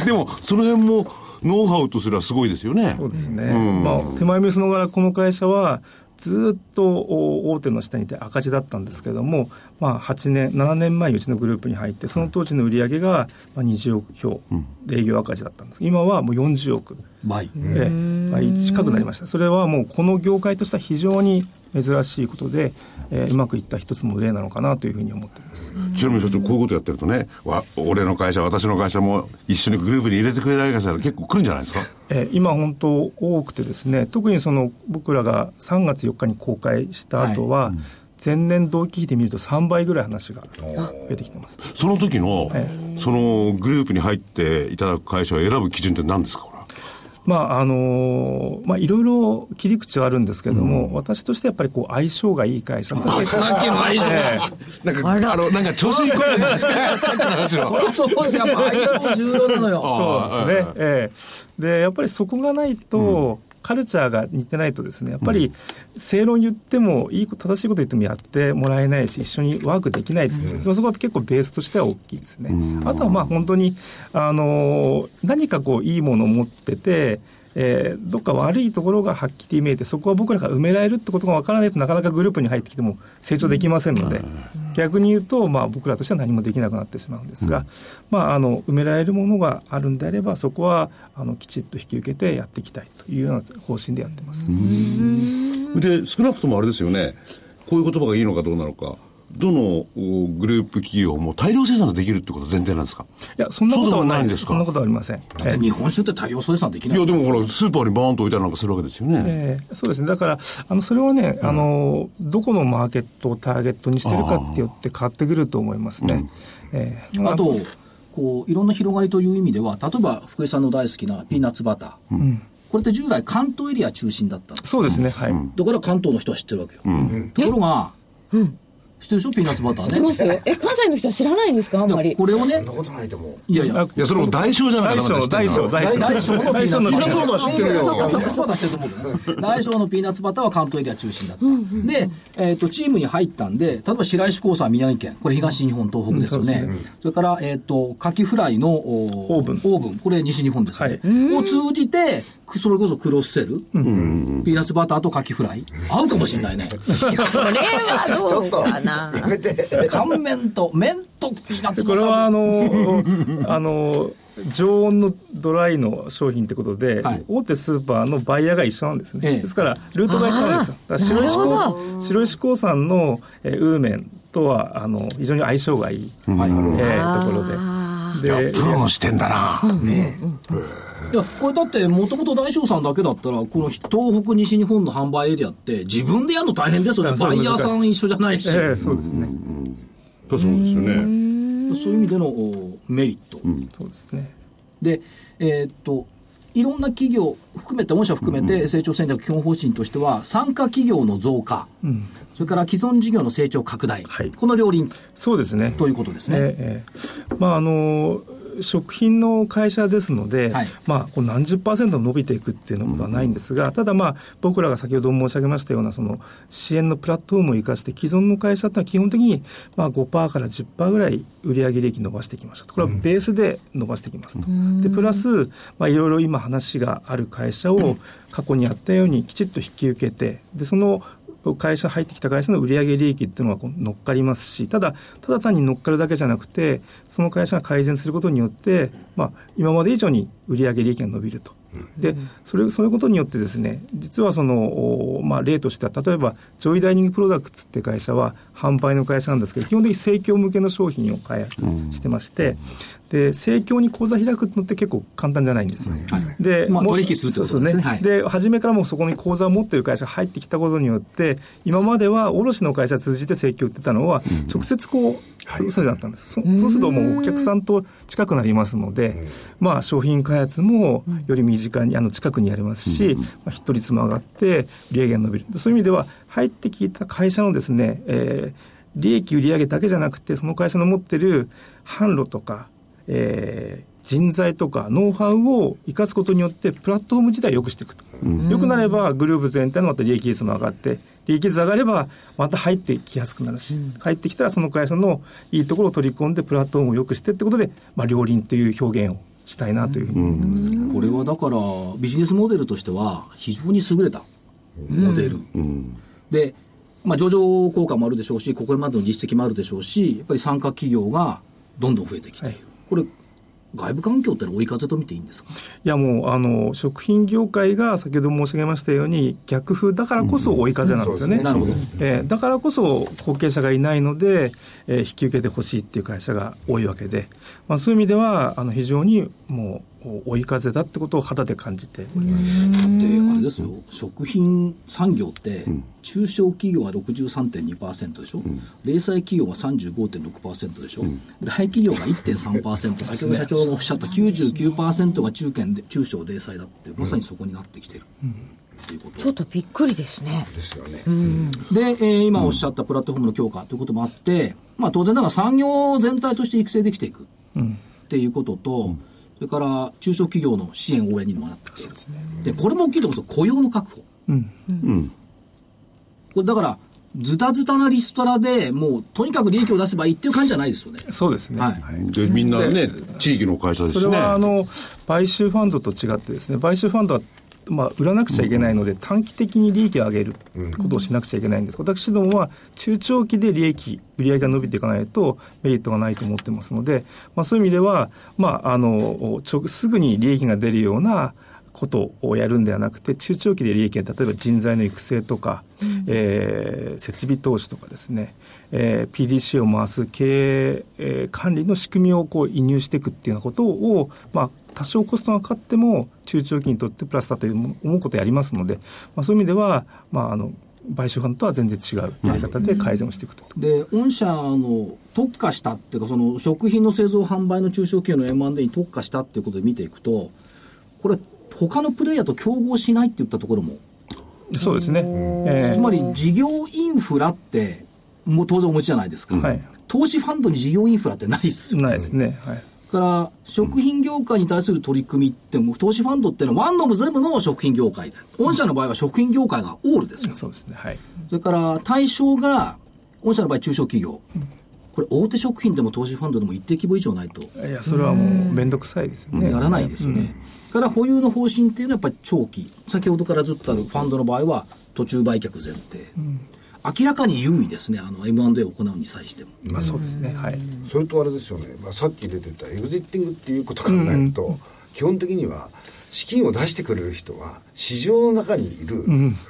S4: 合。 でも、その辺も、ノウハウとすればすごいですよね。
S5: そうですね、まあ、手前味噌の柄この会社はずっとお大手の下にいて赤字だったんですけれども、まあ、8年7年前にうちのグループに入ってその当時の売り上げがまあ20億強で営業赤字だったんです今はもう40億
S1: 倍。
S5: ええまあ、近くなりました、それはもうこの業界としては非常に珍しいことで、えーうまくいった一つの例なのかなというふうに思っています。
S4: ちなみに社長、こういうことやってるとね、わ俺の会社、私の会社も一緒にグループに入れてくれない会社が結構来るんじゃないですか
S5: えー今本当多くてですね特にその僕らが3月4日に公開した後は、前年同期比で見ると3倍ぐらい話が増えてきてます
S4: その時の、
S5: え
S4: そのグループに入っていただく会社を選ぶ基準って何ですか、これは
S5: まああのーまあいろいろ切り口はあるんですけれども、私としてやっぱりこう相性がいい会社って 結構
S1: さっきの相性
S5: ええ
S4: なんか、あの、なんか調子に来られたんですかさっきの話の。
S1: そうですやっぱ相性重要なの よ。
S5: そうですね、ええでやっぱりそこがないと、カルチャーが似てないとですねやっぱり正論言ってもいいこと正しいこと言ってもやってもらえないし一緒にワークできない、そこは結構ベースとしては大きいですね、あとはまあ本当にあの何かこういいものを持っててえーどっか悪いところがはっきり見えてそこは僕らが埋められるってことがわからないとなかなかグループに入ってきても成長できませんので、逆に言うと、まあ、僕らとしては何もできなくなってしまうんですが、まあ、あの埋められるものがあるんであればそこはあのきちっと引き受けてやっていきたいというような方針でやってます。
S4: で少なくともあれですよねこういう言葉がいいのかどうなのかどのおグループ企業も大量生産ができるってこと前提なんですか
S5: いや、そんなこと
S4: そうでも
S5: はないです。
S4: ないんですか
S5: そんなことはありません。ええ
S1: 日本酒って大量生産でき
S4: い
S1: ない
S4: やでもほらスーパーにバーンと置いたりなんかするわけですよね、
S5: ええそうですね、だから、あのそれはね、あの、どこのマーケットをターゲットにしてるかってよって変わってくると思いますね。ええ
S1: あとこういろんな広がりという意味では例えば福井さんの大好きなピーナッツバター、これって従来関東エリア中心だったんです
S5: そうですね、はい。
S1: だから関東の人は知ってるわけよ、ところが、知ってるでしょピーナッツバターね
S2: 知ってますよ。え、関西の人は知らないんですかあんま
S1: で
S2: り。
S1: これをね
S3: そんなことないと思う。
S1: いやいや
S4: いやそれも代償じゃない
S5: 大
S4: かな
S5: 小、大小、大小。
S1: 大小のピーナッツバター
S5: 大小の
S3: は知ってるよ
S1: そうかそうかそうかそうか知ってると思うけどね大小のピーナッツバターは関東エリア中心だった、で、えー、とチームに入ったんで例えば白石興産宮城県これ東日本東北ですよね,、
S5: うんそう
S1: それから、えー、とカキフライのお
S5: オーブン
S1: オーブンこれ西日本ですよね、を通じてくそれこそクロスセル、ピーナッツバターとカキフライ合うかもしれ ないね
S2: これは
S3: ち
S2: ど
S3: ょ
S2: う
S3: っと
S2: かな。
S3: やめて。
S1: 乾麺と麺とピーナッツ
S5: こ
S1: バター
S5: れは あのあの常温のドライの商品ってことで、
S1: はい
S5: 大手スーパーのバイヤーが一緒なんですね、
S1: ええ
S5: ですからルートが一緒なんですよだから白石
S2: なる
S5: 興白石興産の、えーウーメンとはあの非常に相性がいい、
S1: はい
S5: えーとこ
S2: あ
S5: ろでで
S4: プロの視点だな、
S1: いや、これだって、もともと大将さんだけだったら、この東北、西日本の販売エリアって、自分でやるの大変ですよね。
S5: そう
S1: バイヤーさ
S5: 難
S1: ん一緒じゃないし。
S5: えーそうですね、
S4: そうですよね
S1: そういう意味でのおメリット。
S5: そうですね
S1: で、えーっと、いろんな企業含めて、御社含めて成長戦略基本方針としては、参加企業の増加、それから既存事業の成長拡大、
S5: はい
S1: この両輪
S5: そうですね
S1: ということですね。
S5: ええええまああの食品の会社ですので、
S1: はい
S5: まあ、こう何十パーセント伸びていくっていうようなことはないんですが、ただ、まあ、僕らが先ほど申し上げましたようなその支援のプラットフォームを生かして既存の会社ってのは基本的に、まあ、5%から10%ぐらい売上利益伸ばしていきましょうとこれはベースで伸ばしていきますと、でプラス、まあ、いろいろ今話がある会社を過去にやったようにきちっと引き受けてでその会社入ってきた会社の売上利益っていうのがこう乗っかりますしただただ単に乗っかるだけじゃなくてその会社が改善することによって、まあ、今まで以上に売上利益が伸びると。でそれそういうことによってですね実はその、おまあ、例としては例えばジョイダイニングプロダクツって会社は販売の会社なんですけど基本的に生協向けの商品を開発してまして、で生協に口座開くのって結構簡単じゃないんですよ。で
S1: まあ
S5: も
S1: 取引するってことですね
S5: そう
S1: はい
S5: で初めからもうそこに口座を持ってる会社が入ってきたことによって今までは卸の会社通じて請求を売ってたのは直接こう、そうだったんですそそうするともうお客さんと近くなりますので、まあ、商品開発もより身近にあの近くにやりますし、まあ、ヒット率も上がって売上が伸びるそういう意味では入ってきた会社のですね、えー利益売上だけじゃなくてその会社の持ってる販路とかえー人材とかノウハウを生かすことによってプラットフォーム自体を良くしていくと、良くなればグループ全体のまた利益率も上がって利益率上がればまた入ってきやすくなるし、入ってきたらその会社のいいところを取り込んでプラットフォームを良くしてってことで、まあ、両輪という表現をしたいなというふうに思います、
S1: これはだからビジネスモデルとしては非常に優れたモデル、で、まあ、上場効果もあるでしょうしここまでの実績もあるでしょうしやっぱり参加企業がどんどん増えてきて、
S5: はい
S1: これ外部環境ってのは追い風と見ていいんですか
S5: いやもうあの食品業界が先ほど申し上げましたように逆風だからこそ追い風なんですよね,、
S1: なるほど
S5: えーだからこそ後継者がいないので、えー引き受けてほしいっていう会社が多いわけで、まあ、そういう意味ではあの非常にもう追い風だってことを肌で感じております。
S1: だってあれですよ食品産業って中小企業は63.2%でしょ、零細企業は35.6%でしょ、大企業が1.3%先ほ ど社長がおっしゃった99%が中堅で中小零細だってまさにそこになってきてる、っていうこと
S2: ちょっとびっくりですね。
S3: ですよね。
S1: で、えー今おっしゃったプラットフォームの強化ということもあって、まあ、当然ながら産業全体として育成できていくっていうことと、それから中小企業の支援応援にもなってきているで,、これも大きいところですよ雇用の確保、これだからズタズタなリストラでもうとにかく利益を出せばいいっていう感じじゃないですよね
S5: そうですね、
S1: はい
S4: でみんなね地域の会社です
S5: そ
S4: しね
S5: れはあの買収ファンドと違ってですね買収ファンドはまあ、売らなくちゃいけないので、短期的に利益を上げることをしなくちゃいけないんです、私どもは中長期で利益、売上が伸びていかないとメリットがないと思ってますので、まあ、そういう意味では、まあ、あのちょすぐに利益が出るようなことをやるんではなくて、中長期で利益が、例えば人材の育成とか、えー設備投資とかですね、えー PDC を回す経営、えー管理の仕組みをこう移入していくっていうようなことを、まあ、多少コストがかかっても、中長期にとってプラスだというも思うことをやりますので、まあ、そういう意味では、まあ、あの買収版とは全然違うやり方で改善をしていくと。
S1: で、御社の特化したっていうか、その食品の製造販売の中小企業の M&A に特化したっていうことで見ていくと、これ、他のプレイヤーと競合しないって言ったところも、
S5: そうですね、え
S1: つまり事業インフラって、もう当然お持ちじゃないですか、
S5: はい
S1: 投資ファンドに事業インフラってないです
S5: ー
S1: よ。
S5: ないですね、はい
S1: だから、食品業界に対する取り組みって、もう投資ファンドっていうのは、ワンノブ全部の食品業界で、御社の場合は食品業界がオールですよ。
S5: そうですね、はい、
S1: それから対象が、御社の場合、中小企業、これ、大手食品でも投資ファンドでも一定規模以上ないと、
S5: いや、それはもう面倒くさいですよね。
S1: やらないですよね。だから保有の方針っていうのは、やっぱり長期、先ほどからずっとあるファンドの場合は、途中売却前提、明らかに優位ですね、あの M&A を行うに際しても。
S5: まあ、そうですね、はい。
S3: それとあれですよね、まあ、さっき出てたエグジッティングっていうことを考えると、基本的には資金を出してくれる人は市場の中にいる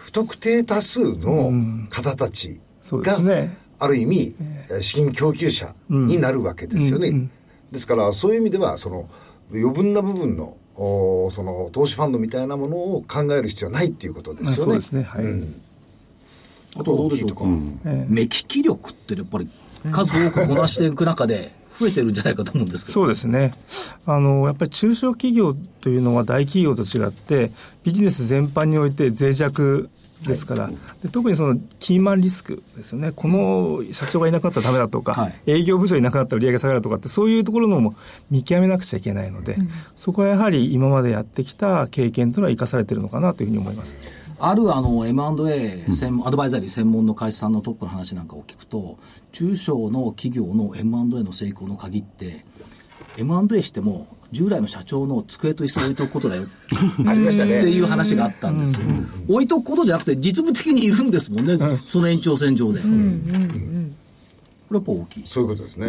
S3: 不特定多数の方たち
S5: そうで
S3: が、
S5: すね
S3: ある意味、えー資金供給者になるわけですよね。ですからそういう意味ではその余分な部分のおーその投資ファンドみたいなものを考える必要はないっていうことで
S5: まあ、
S3: すよね。
S5: そうですね、はい。
S1: あとはどうでしょうか、
S5: え
S1: 目利き力ってやっぱり数多くこなしていく中で、増えてるんじゃないかと思うんですけど。
S5: そうですねあの、やっぱり中小企業というのは大企業と違って、ビジネス全般において脆弱ですから、で特にそのキーマンリスクですよね、この社長がいなくなったらダメだとか、
S1: はい
S5: 営業部長いなくなったら売り上げ下がるとかって、そういうところのも見極めなくちゃいけないので、そこはやはり今までやってきた経験というのは生かされてるのかなというふうに思います。
S1: あるあの M&A 専門、アドバイザリー専門の会社さんのトップの話なんかを聞くと、中小の企業の M&A の成功の鍵って、M&A しても、従来の社長の机と椅子を置いとくことだ よ
S3: ありました
S1: って
S3: ね。
S1: いう話があったんですよ。置いとくことじゃなくて、実務的にいるんですもんね、その延長線上で。これやっぱ大きい。
S3: そういうことですね。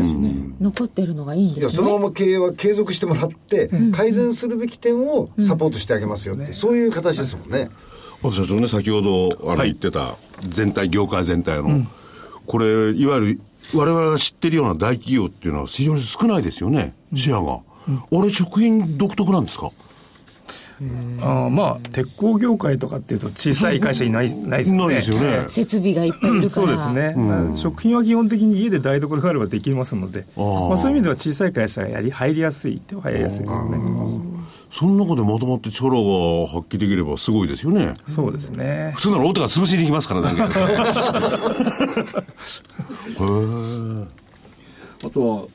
S2: 残ってるのがいいん
S3: い
S2: で
S3: や
S2: す
S3: そ
S2: ね
S3: のまま経営は継続してもらって、改善するべき点をサポートしてあげますよって、そういう形ですもんね、
S4: あと社長ね先ほどあの
S5: はい
S4: 言ってた全体業界全体の、これいわゆる我々が知ってるような大企業っていうのは非常に少ないですよねシェアが、あれ食品独特なんですか
S5: あーまあ、鉄鋼業界とかっていうと、小さい会社いないないですよね。
S4: ないですよね
S2: 設備がいっぱいいるか
S5: そう
S2: ら
S5: ですね、食品は基本的に家で台所があればできますので、
S4: あー
S5: まあ、そういう意味では小さい会社がやり入りやすいって入りやすいですよね。
S4: その中でまとまって力が発揮できればすごいですよね
S5: そうですね
S4: 普。通なら大手が潰しに行きますからね
S1: あとは、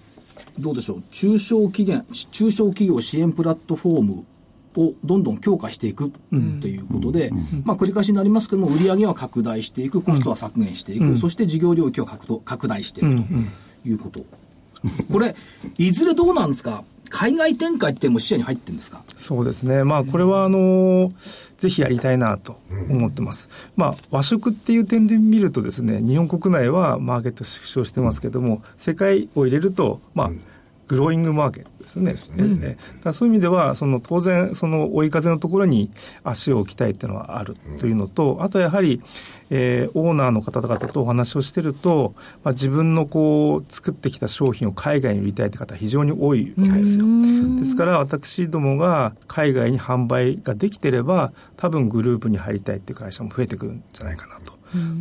S1: どうでしょう、中小企業中小企業支援プラットフォームをどんどん強化していくっていうことで、まあ、繰り返しになりますけども、売り上げは拡大していく、コストは削減していく、そして事業領域を拡大拡大していくということ、これ、いずれどうなんですか、海外展開っていうのも視野に入ってるんですか、
S5: そうですね。まあ、これは、あのーぜひやりたいなと思ってます。まあ、和食っていう点で見るとですね、日本国内はマーケット縮小してますけども、世界を入れると、まあ、グローイングマーケットですね。ええだからそういう意味では、その当然、その追い風のところに足を置きたいっていうのはあるというのと、あとやはり、えーオーナーの方々とお話をしてると、まあ、自分のこう、作ってきた商品を海外に売りたいって方非常に多いみたいですよ。ですから、私どもが海外に販売ができてれば、多分グループに入りたいっていう会社も増えてくるんじゃないかなと。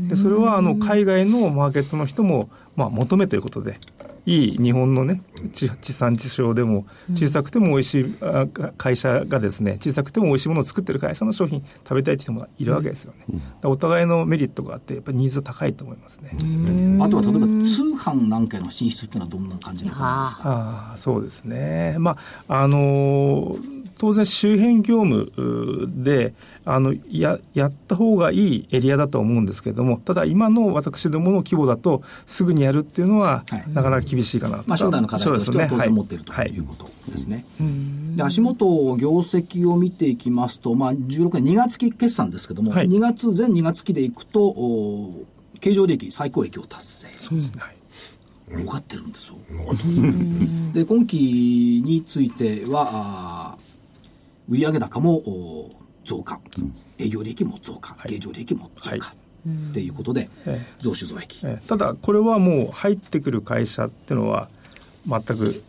S5: で、それは、あの、海外のマーケットの人も、まあ、求めということで、いい日本のね、地地産地消でも、小さくても美味しいあか会社がですね、小さくても美味しいものを作ってる会社の商品食べたいって人もいるわけですよね。だからお互いのメリットがあって、やっぱりニーズは高いと思いますね。
S1: あとは例えば通販なんかへの進出っていうのはどんな感じな感じですか。
S5: ああそうですね、まああのー当然周辺業務であのややった方がいいエリアだと思うんですけれどもただ今の私どもの規模だとすぐにやるっていうのは、
S1: はい
S5: なかなか厳しいかなと、
S1: まあ、将来の課題としては当然持っていると
S5: はい
S1: いうことですね。で足元、業績を見ていきますと、まあ、16年2月期決算ですけども、
S5: はい
S1: 2月、全2月期でいくと、お経常利益最高益を達成。
S5: そうですねはい
S1: 儲かってるんですよ。で、今期については、あー売上高もお増加、営業利益も増加、経常利益も増加、っていうことで、
S5: え
S1: 増収増益。
S5: えーただこれはもう入ってくる会社っていうのは全く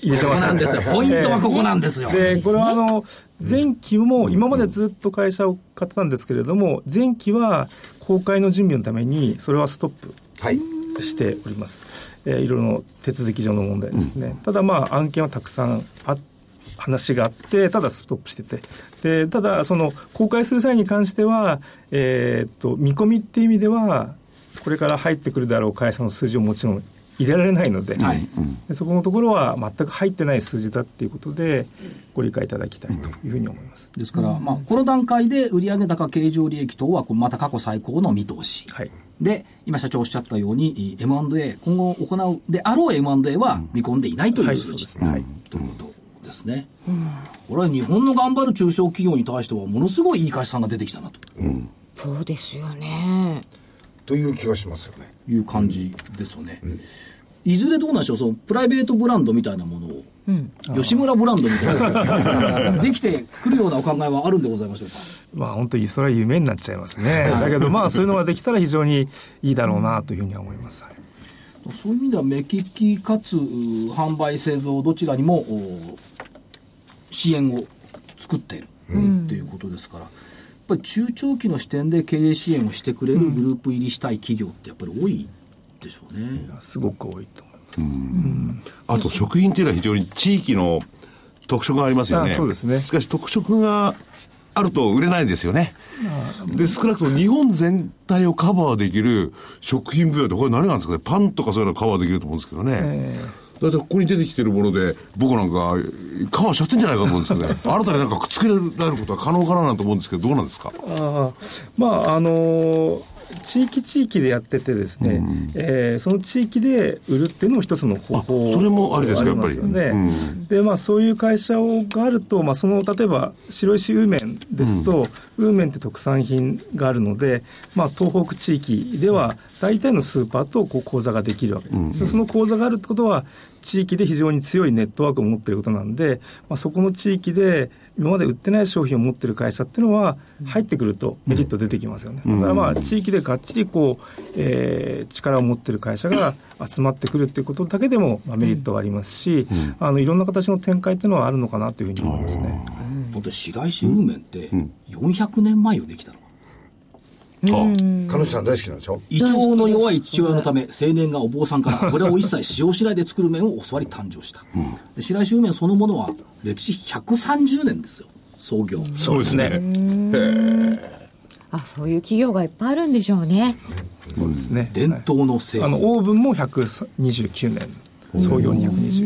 S5: 入れて
S1: こ
S5: ま
S1: こ
S5: せ
S1: なんんですよ。ポイントはここなんですよ。
S5: でこれはあの前期も今までずっと会社を買ってたんですけれども前期は公開の準備のためにそれはストップ
S3: はい。
S5: しております、えーいろいろの手続き上の問題ですね、ただまあ案件はたくさんあ話があってただストップしててでただその公開する際に関しては、えーっと見込みっていう意味ではこれから入ってくるだろう会社の数字をもちろん入れられないので,、
S1: はい
S5: でそこのところは全く入ってない数字だっていうことでご理解いただきたいというふうに思います、
S1: ですから、まあ、この段階で売上高経常利益等はこうまた過去最高の見通し、
S5: はい
S1: で今社長おっしゃったようにい M&A 今後行うであろう M&A は見込んでいないとい
S5: は
S1: う
S5: い
S1: 数
S5: そうで
S1: 字、
S5: すねはい
S1: ということですね、これは日本の頑張る中小企業に対してはものすごいいい会社さんが出てきたなと
S2: そうですよね。
S3: という気がしますよね。
S1: いう感じですよね、いずれどうなんでしょうそのプライベートブランドみたいなものを、吉村ブランドみたいな のができてくるようなお考えはあるんでございましょうか
S5: まあ本当にそれは夢になっちゃいますねだけどまあそういうのができたら非常にいいだろうなというふうには思います、はい
S1: そういう意味では目利きかつうー販売製造どちらにもおー支援を作っているっていうことですから、やっぱり中長期の視点で経営支援をしてくれるグループ入りしたい企業ってやっぱり多いでしょうね。
S5: すごく多いと思います。
S4: あと食品というのは非常に地域の特色がありますよね。
S5: あそうですね
S4: しかし特色があると売れないですよね。で、少なくとも日本全体をカバーできる食品分野ってこれ何なんですかね。パンとかそういうのカバーできると思うんですけどね。だいたいここに出てきてるもので、僕なんかカバーしちゃってんじゃないかと思うんですけど ね。新たになんかくっつけられることは可能かなと思うんですけど、どうなんですか
S5: ああまああのー地域地域でやっててですね、えーその地域で売るっていうのも一つの方法
S4: あそれもありですかやっぱり
S5: あますよねでまあそういう会社をがあると、まあ、その例えば白石ウーメンですと、ウーメンって特産品があるので、まあ、東北地域では大体のスーパーとこう口座ができるわけです、でその口座があるってことは地域で非常に強いネットワークを持っていることなんで、まあ、そこの地域で今まで売ってない商品を持っている会社っていうのは入ってくるとメリット出てきますよね、だからまあ地域でがっちりこう、えー力を持っている会社が集まってくるっていうことだけでもまあメリットがありますし、あのいろんな形の展開っていうのはあるのかなというふうに思いますね。
S1: だって市街市運命って400年前よできたのが
S3: 彼女さん大好きなんでしょ
S1: 胃腸の弱い父親のため青年がお坊さんからこれを一切使用しないで作る麺を教わり誕生した、で白石運麺そのものは歴史130年ですよ創業、
S4: そうですね。
S2: あ、そういう企業がいっぱいあるんでしょうね。
S5: そうですねは
S1: 伝
S5: い
S1: 統の製
S5: あ
S1: 法
S5: のオーブンも129年創業229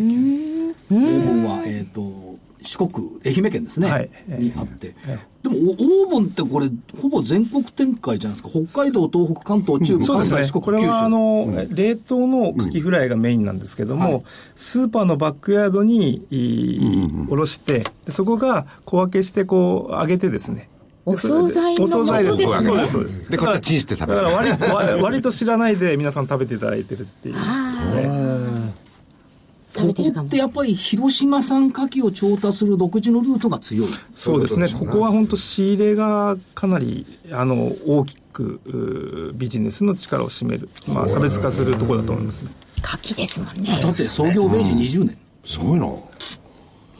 S5: 年
S1: オーブンは、えー、と四国愛媛県ですね、
S5: はい
S1: にあって、でもおオーブンってこれほぼ全国展開じゃないですか北海道東北関東中部
S5: そう
S1: 関
S5: です
S1: 西
S5: ね
S1: 四国
S5: これ
S1: 九州
S5: はあの、冷凍のカキフライがメインなんですけども、スーパーのバックヤードに、いおろしてでそこが小分けしてこう揚げてですねで
S2: お惣菜の
S5: お惣菜です
S2: 元ですね
S5: そうですそうです
S4: でこっちはチンして食べる
S5: だ から割割割と知らないで皆さん食べていただいてるっていう
S2: 食べてる
S1: こ
S2: か
S1: こっ
S2: も
S1: て。やっぱり広島産牡蠣を調達する独自のルートが強い
S5: そうですね、
S3: そういうことです
S5: こ
S3: ね
S5: こは本当、仕入れがかなりあの大きくうービジネスの力を占める、まあ、差別化するところだと思いますね。
S2: 牡蠣ですもんね。
S1: だって創業明治20年、
S4: すごいな。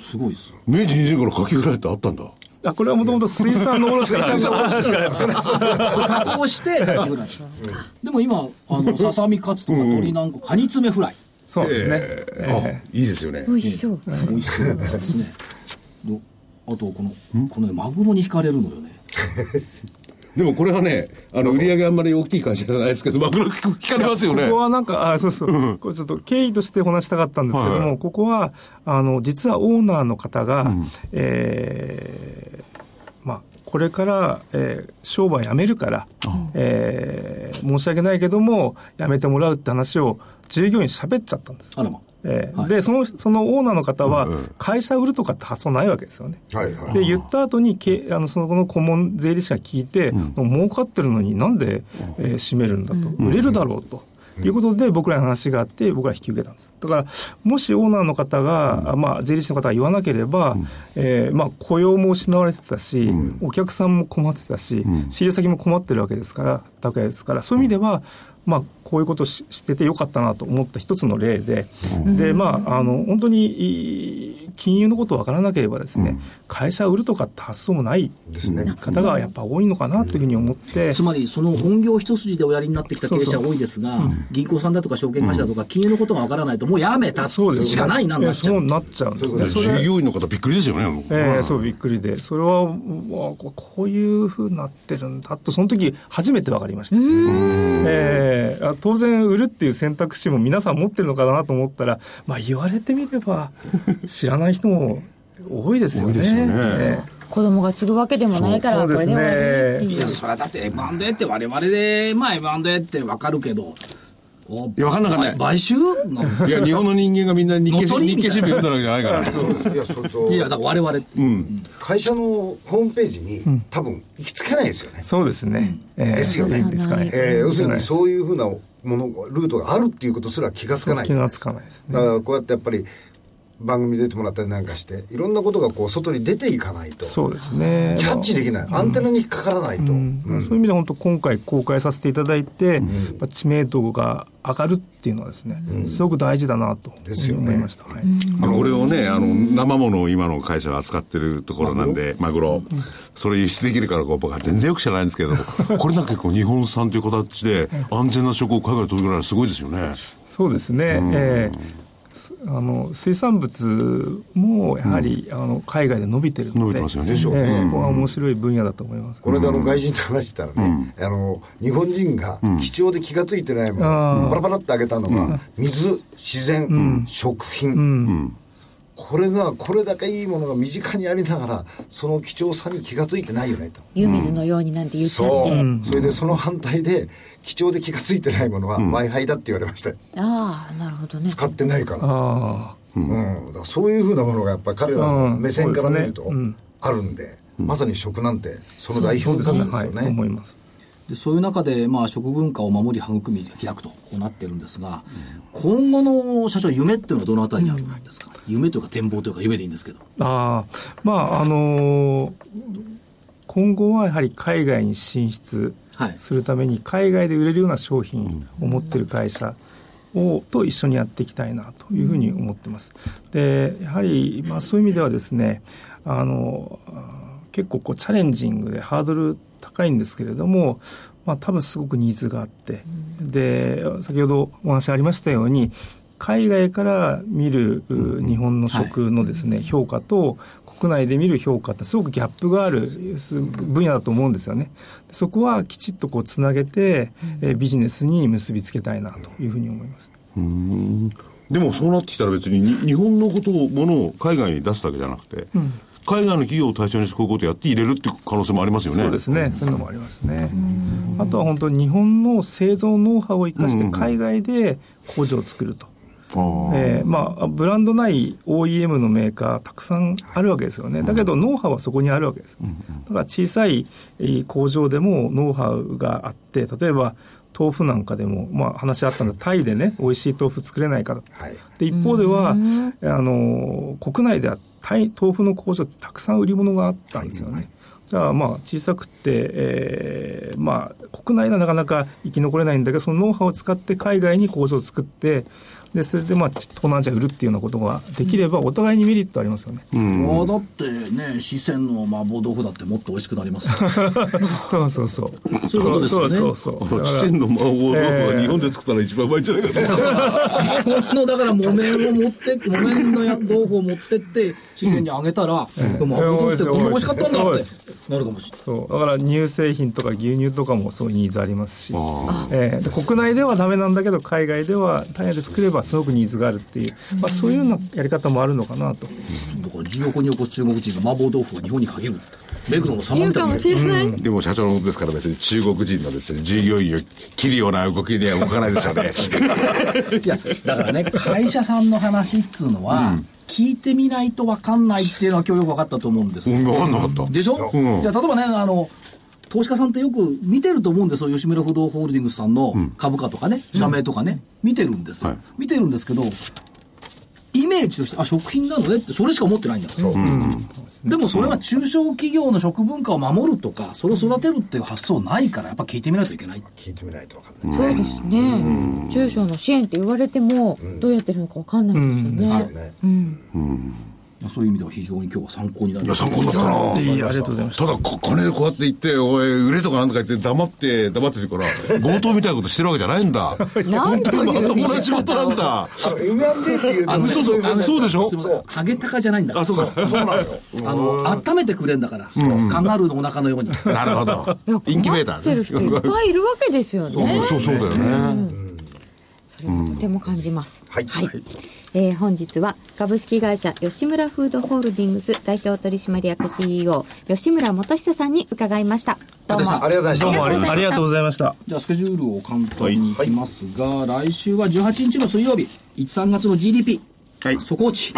S1: すごいですよ
S4: 明治20頃カキフライってあったんだ。
S5: あこれはもともと水産の卸から
S1: 加工してカキフライでも今あのささみカツとか鶏なんかカニ爪フライ
S5: そうなんですね、え
S4: あ、いいですよね。
S2: 美味しそう。
S1: 美味しそう ですねどあとこのこのねマグロに惹かれるのよね
S4: でもこれはね、あの、売り上げあんまり大きい会社じゃないですけど、マグロ聞かれますよね。
S5: ここはなんか、あそうそう、これちょっと経緯としてお話したかったんですけども、
S4: はい
S5: ここは、あの、実はオーナーの方が、えーまあ、これから、えー商売辞めるから、えー申し訳ないけども、辞めてもらうって話を従業員に喋っちゃったんです。
S1: あらま。
S5: えーで、その、そのオーナーの方は、会社売るとかって発想ないわけですよね。
S3: はいはい
S5: で言った後にけあのその後の顧問税理士が聞いて、儲かってるのになんで、えー閉めるんだと、売れるだろうと。いうことで僕らの話があって僕ら引き受けたんですだからもしオーナーの方が、まあ、税理士の方が言わなければ、えーまあ、雇用も失われてたし、お客さんも困ってたし、仕入れ先も困ってるわけですからだけですからそういう意味では、まあ、こういうことししててよかったなと思った一つの例で、で、まあ、あの、本当に、い金融のことわからなければですね、会社を売るとかって発想もない
S3: ですね
S5: 方がやっぱ多いのかなというふうに思って、
S1: つまり、その本業一筋でおやりになってきた経営者多いですが、銀行さんだとか証券会社だとか、金融のことがわからないと、もうやめた
S5: そうです
S1: しかないなになっちゃ
S5: そう
S1: う。
S5: なっちゃうんですね。それ
S4: 従業員の方びっくりですよね。
S5: えーそうびっくりで、それは、うわここういうふうになってるんだと、その時初めて分かりました、えーあ当然、売るっていう選択肢も皆さん持ってるのかなと思ったら、まあ、言われてみれば、知らない人も多いですよね。
S4: 多いですよね
S5: えー
S2: 子供が継ぐわけでもないから、
S5: そ
S2: こ
S5: うそう
S2: れで終わりって
S5: です
S1: い
S2: いう
S1: や、。それはだって M&A って我々で、まあ M&A ってわかるけど、お
S4: いやわかんなかった
S1: 買買収の
S4: いや、日本の人間がみんな日経
S1: 乗っ取り
S4: 日経新聞読んだわけじゃな いから。
S3: そういやそれと
S1: いや、だから我々、
S3: 会社のホームページに多分行きつけないですよね、
S5: そうですね。えー
S3: ですよね
S5: いいですかね。
S3: えー要するに
S5: そ
S3: そういうふうなものルートがあるっていうことすら気がつか
S5: う
S3: ない
S5: 気がつかないですね。
S3: だからこうやってやっぱり番組出てもらったりなんかしていろんなことがこう外に出ていかないと
S5: そうですね。
S3: キャッチできないアンテナに引っかからないと、
S5: うんそういう意味では本当今回公開させていただいて、まあ知名度が上がるっていうのはですね、すごく大事だなと
S3: ですよね
S5: 思いました。はい
S4: あのこれをね、あの、生ものを今の会社が扱ってるところなんで、マグロ。それ輸出できるから、こう僕は全然よく知らないんですけど、 これだけこう日本産という形で安全な食を海外に届けられるすごいですよね。
S5: そうですね。えーすあの水産物もやはり、あの海外で伸びてるので、
S4: 伸びてますよね。
S5: えーそこは面白い分野だと思います。
S3: この間あの外人と話してたらね、あの日本人が貴重で気が付いてないもの、
S5: あー
S3: パラパラってあげたのが水自然、食品、これがこれだけいいものが身近にありながらその貴重さに気が付いてないよねと。
S2: 湯水のようになんて言っちゃって。
S3: うそれでその反対で貴重で気が付いてないものは w i f i だって言われましたよ
S2: ああ、なるほどね。
S3: 使ってないから,、
S5: ああ。
S3: うんだからそういうふうなものがやっぱり彼らの目線から見ると
S5: うんそうですね
S3: あるんでまさに食なんてその代表
S5: そ
S3: 格
S5: うで
S3: ですすよ
S5: はい、と思
S3: ね
S5: います。
S1: でそういう中で、まあ、食文化を守り育み開くとこうなってるんですが、今後の社長夢っていうのはどのあたりにあるんですか、夢というか展望というか夢でいいんですけど
S5: ああまああのー今後はやはり海外に進出
S1: はい
S5: するために海外で売れるような商品を持ってる会社をと一緒にやっていきたいなというふうに思ってます。でやはり、まあ、そういう意味ではですねあのあー結構こうチャレンジングでハードル高いんですけれども、まあ、多分すごくニーズがあってで先ほどお話ありましたように海外から見るう日本の食のですね、評価と国内で見る評価ってすごくギャップがあるす分野だと思うんですよね。そこはきちっとこうつなげて、えービジネスに結びつけたいなというふうに思います。
S4: でもそうなってきたら別にに日本のことをものを海外に出すだけじゃなくて、海外の企業を対象にしてこういうことをやって入れるっていう可能性もありますよね。
S5: そうですね、そういうのもありますね。あとは本当に日本の製造ノウハウを生かして海外で工場を作ると。
S4: あー
S5: えーまあ、ブランドない OEM のメーカーたくさんあるわけですよね。だけどノウハウはそこにあるわけです。だから小さいえー工場でもノウハウがあって、例えば豆腐なんかでも、まあ話あったんで、タイでね、美味しい豆腐作れないか
S3: はい
S5: で一方では、あの国内ではタイ豆腐の工場ってたくさん売り物があったんですよね。じゃあまあ小さくて、えーまあ、国内ではなかなか生き残れないんだけどそのノウハウを使って海外に工場を作ってでそれでまあ東南アジア売るっていうようなことができればお互いにメリットありますよね。
S1: まあだってね四川の麻婆豆腐だってもっと美味しくなりますよ
S5: そうそうそ
S1: そ
S5: う
S1: ういうことですよね
S5: そうそうそうだから
S4: 四川の魔王
S5: え
S4: が
S5: ー
S4: 日本で作ったら一番うまいんじゃないかと。
S1: 日本のだから木綿を持 って木綿のや豆腐を持ってって四川にあげたら、でも麻婆豆腐ってこんな美味しかったんだ
S5: そう
S1: っ
S5: で
S1: て
S5: す
S1: なるかもしれない。
S5: そうだから乳製品とか牛乳とかもそういうニーズありますし、
S4: あ
S5: えーで国内ではダメなんだけど海外では種で作ればすごくニーズがあるっていう、まあ、そういうようなやり方もあるのかなと
S1: だから10億人を超す中国人が麻婆豆腐を日本にかける。目黒のサマ
S2: 言
S1: ン
S2: う
S1: タ
S2: かもしれない、
S4: でも社長のことですから別に中国人のですね、従業員を切るような動きには動かないでしょうね。
S1: いや、だからね、会社さんの話っつうのは、聞いてみないと分かんないっていうのは今日よく分かったと思うんです。
S4: うんわかんなかった。
S1: でしょ、
S4: う
S1: い
S4: ん
S1: や例えばねあの投資家さんってよく見てると思うんですよ吉村不動ホールディングスさんの株価とかね、社名とかね見てるんですよ、
S4: はい
S1: 見てるんですけどイメージとしてあ食品なのねってそれしか思ってないんだから、でもそれが中小企業の食文化を守るとかそれを育てるっていう発想ないからやっぱ聞いてみないといけない
S3: 聞いてみないと分かんない、
S2: そうですね、中小の支援って言われてもどうやってるのか分かんないですよね、
S3: ね
S1: そういう意味では非常に今日は参考になる
S4: いや、参考になったな。
S5: でいいありがとうございました
S4: ただ、こ金でこうやって言って、おい、売れとかなんとか言って、黙って、黙ってるから、強盗みたいなことしてるわけじゃないんだ。
S2: なんと
S4: ま
S2: いう
S4: と
S2: 見
S4: もな
S2: せ
S4: 仕事なん
S2: 方を
S4: だ。
S3: あの M&A っていうと
S1: あの
S4: そうそう
S1: あの
S4: そうでしょ
S1: すいませんハゲタカじゃないんだか
S4: あ、
S1: ら
S4: そうか。
S3: そうなのよ
S1: あの温めてくれんだから、カンガルーのお腹のように
S4: なるほど
S2: いや。
S4: インキュベー
S2: 困
S4: タ
S2: ってる人いっ
S4: ーね。
S2: ぱいいるわけですよね
S4: そう、そうだよね。
S2: それはとても感じます。
S3: はい
S2: えー本日は株式会社吉村フードホールディングス代表取締役 CEO 吉村元久さんに伺いました。どうも
S1: あ
S3: ありがとうございました
S5: どうもありありがとうございました
S1: じゃあスケジュールを簡単にいきますが、来週は18日の水曜日13月の GDP、
S4: はい
S1: 速報 値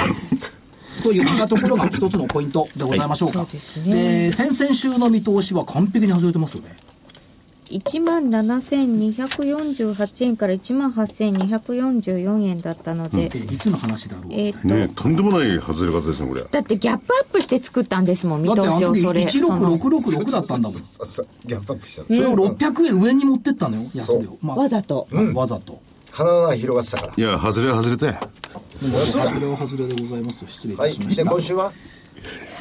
S1: といったところが一つのポイントでございましょうか、
S2: はいそうですね
S1: で先々週の見通しは完璧に外れてますよね
S2: 1万7248円から1万8244円だったので、
S1: えいつの話だろう、
S2: えーと、
S4: ねとんでもない外れ方ですね、これ。
S2: だってギャップアップして作ったんですもん、
S1: だ
S2: 見通
S1: ってあ
S2: し
S1: の
S2: を
S1: 時
S2: それ。その
S1: 16666だったんだもん
S3: そうそうギャップアップしたの、
S1: それを600円上に持ってったのよ安値を、ま
S2: わざと。
S1: あわざと
S3: 鼻の穴広がってたから
S4: いや、外れは外れて。
S1: 外れは外れでございますと失礼い
S3: は
S1: た
S3: い
S1: しまし
S3: で
S1: た、
S3: 今週は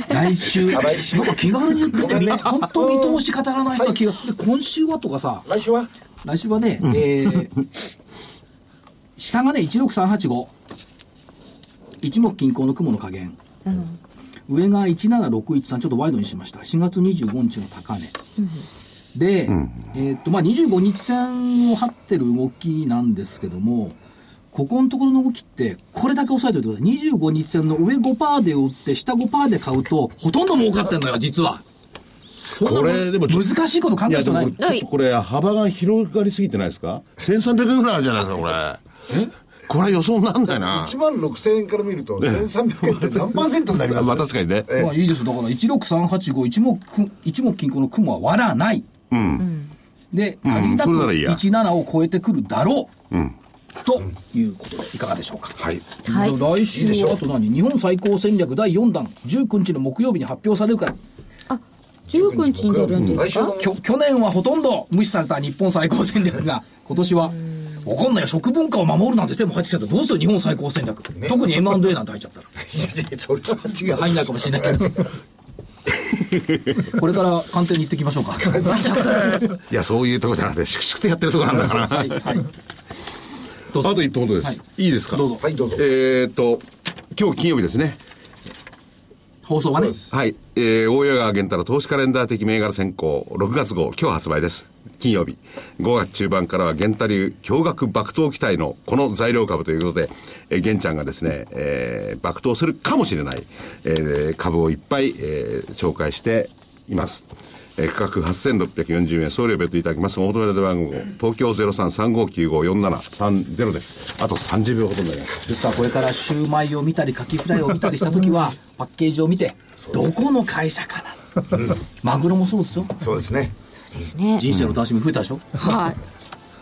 S1: 来週
S3: あ来週
S1: なんか気軽に言っててみ
S3: ごめんね
S1: 本当見通し語らない人は気が、で今週はとかさ
S3: 来週は
S1: 来週はね、えー、 下がね、16385。一目均衡の雲の加減。上が17613、ちょっとワイドにしました。4月25日の高値。で、えーっと、まあ、25日線を張ってる動きなんですけども、ここのところの動きって、これだけ押さえておいてください。25日線の上5%で売って、下5%で買うと、ほとんど儲かってんのよ、実は。そんな
S4: これでもちょ
S1: 難しいこと考え
S4: い
S1: る
S4: や、
S1: 必
S4: で
S1: 要な
S4: も、
S1: い
S4: ちょっとこれ、幅が広がりすぎてないですか ?1300 円ぐらいあるじゃないですか、これ。えこれ予想なんないな
S3: 1。万6000円から見ると1300円って何パーセントになります
S4: まあ確かにね。
S1: まあいいです。だから16385一目く、一目均衡の雲は割らない。で、
S4: ん
S1: 限りなく
S4: それならいいや
S1: 17を超えてくるだろう。ということで、いかがでしょうか。
S4: はい。
S2: はい
S1: 来週はあと何日本最高戦略第4弾、19日の木曜日に発表されるから、
S2: あ、19日に出るんですか
S3: 来週の
S1: きょ去年はほとんど無視された日本最高戦略が、今年は、わかんないよ、食文化を守るなんて手も入ってきちゃったらどうする日本最高戦略。特に M&A なんて入っちゃったら。
S3: いやいやそれは違う
S1: 入んないかもしれないけ ど。これから官邸に行ってきましょうか。はい
S4: や、そういうとこじゃなくて、粛々とやってるとこなんだから。
S1: いはいどうぞ
S4: あと一本ほどです。
S1: はい
S4: い、いですか
S1: どうぞ
S3: はいどうぞ
S4: えーっと、今日金曜日ですね。
S1: 放送がね。
S4: はい。えー、大岩川源太の投資カレンダー的銘柄選考、6月号、今日発売です。金曜日。5月中盤からは源太流驚愕爆投期待のこの材料株ということで、えー、源ちゃんがですね、えー、爆投するかもしれない、えー、株をいっぱい、えー、紹介しています。えー価格8640円、送料別途いただきます。お求めの電話番号、東京0335954730です。あと30秒ほどになります。
S1: ですからこれからシューマイを見たり、カキフライを見たりしたときは、パッケージを見て、どこの会社かな。マグロもそうですよ。
S3: そうですね
S2: ですね。
S1: 人生の楽しみ増えたでしょ。
S2: は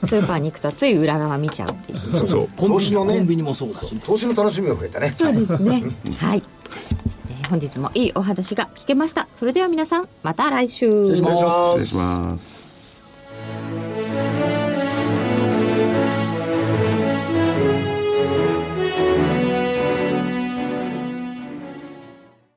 S2: い。スーパーに行くとつい裏側見ちゃうっていう。
S4: そう。
S1: コン
S3: 投
S1: ビ
S3: 資
S1: ニ
S3: のね
S1: コンビニもそうだしね。
S3: 投資の楽しみが増えたね
S2: そうですね。はい。えー本日もいいお話が聞けました。それでは皆さん、また来週。
S1: 失礼します
S4: 失礼します。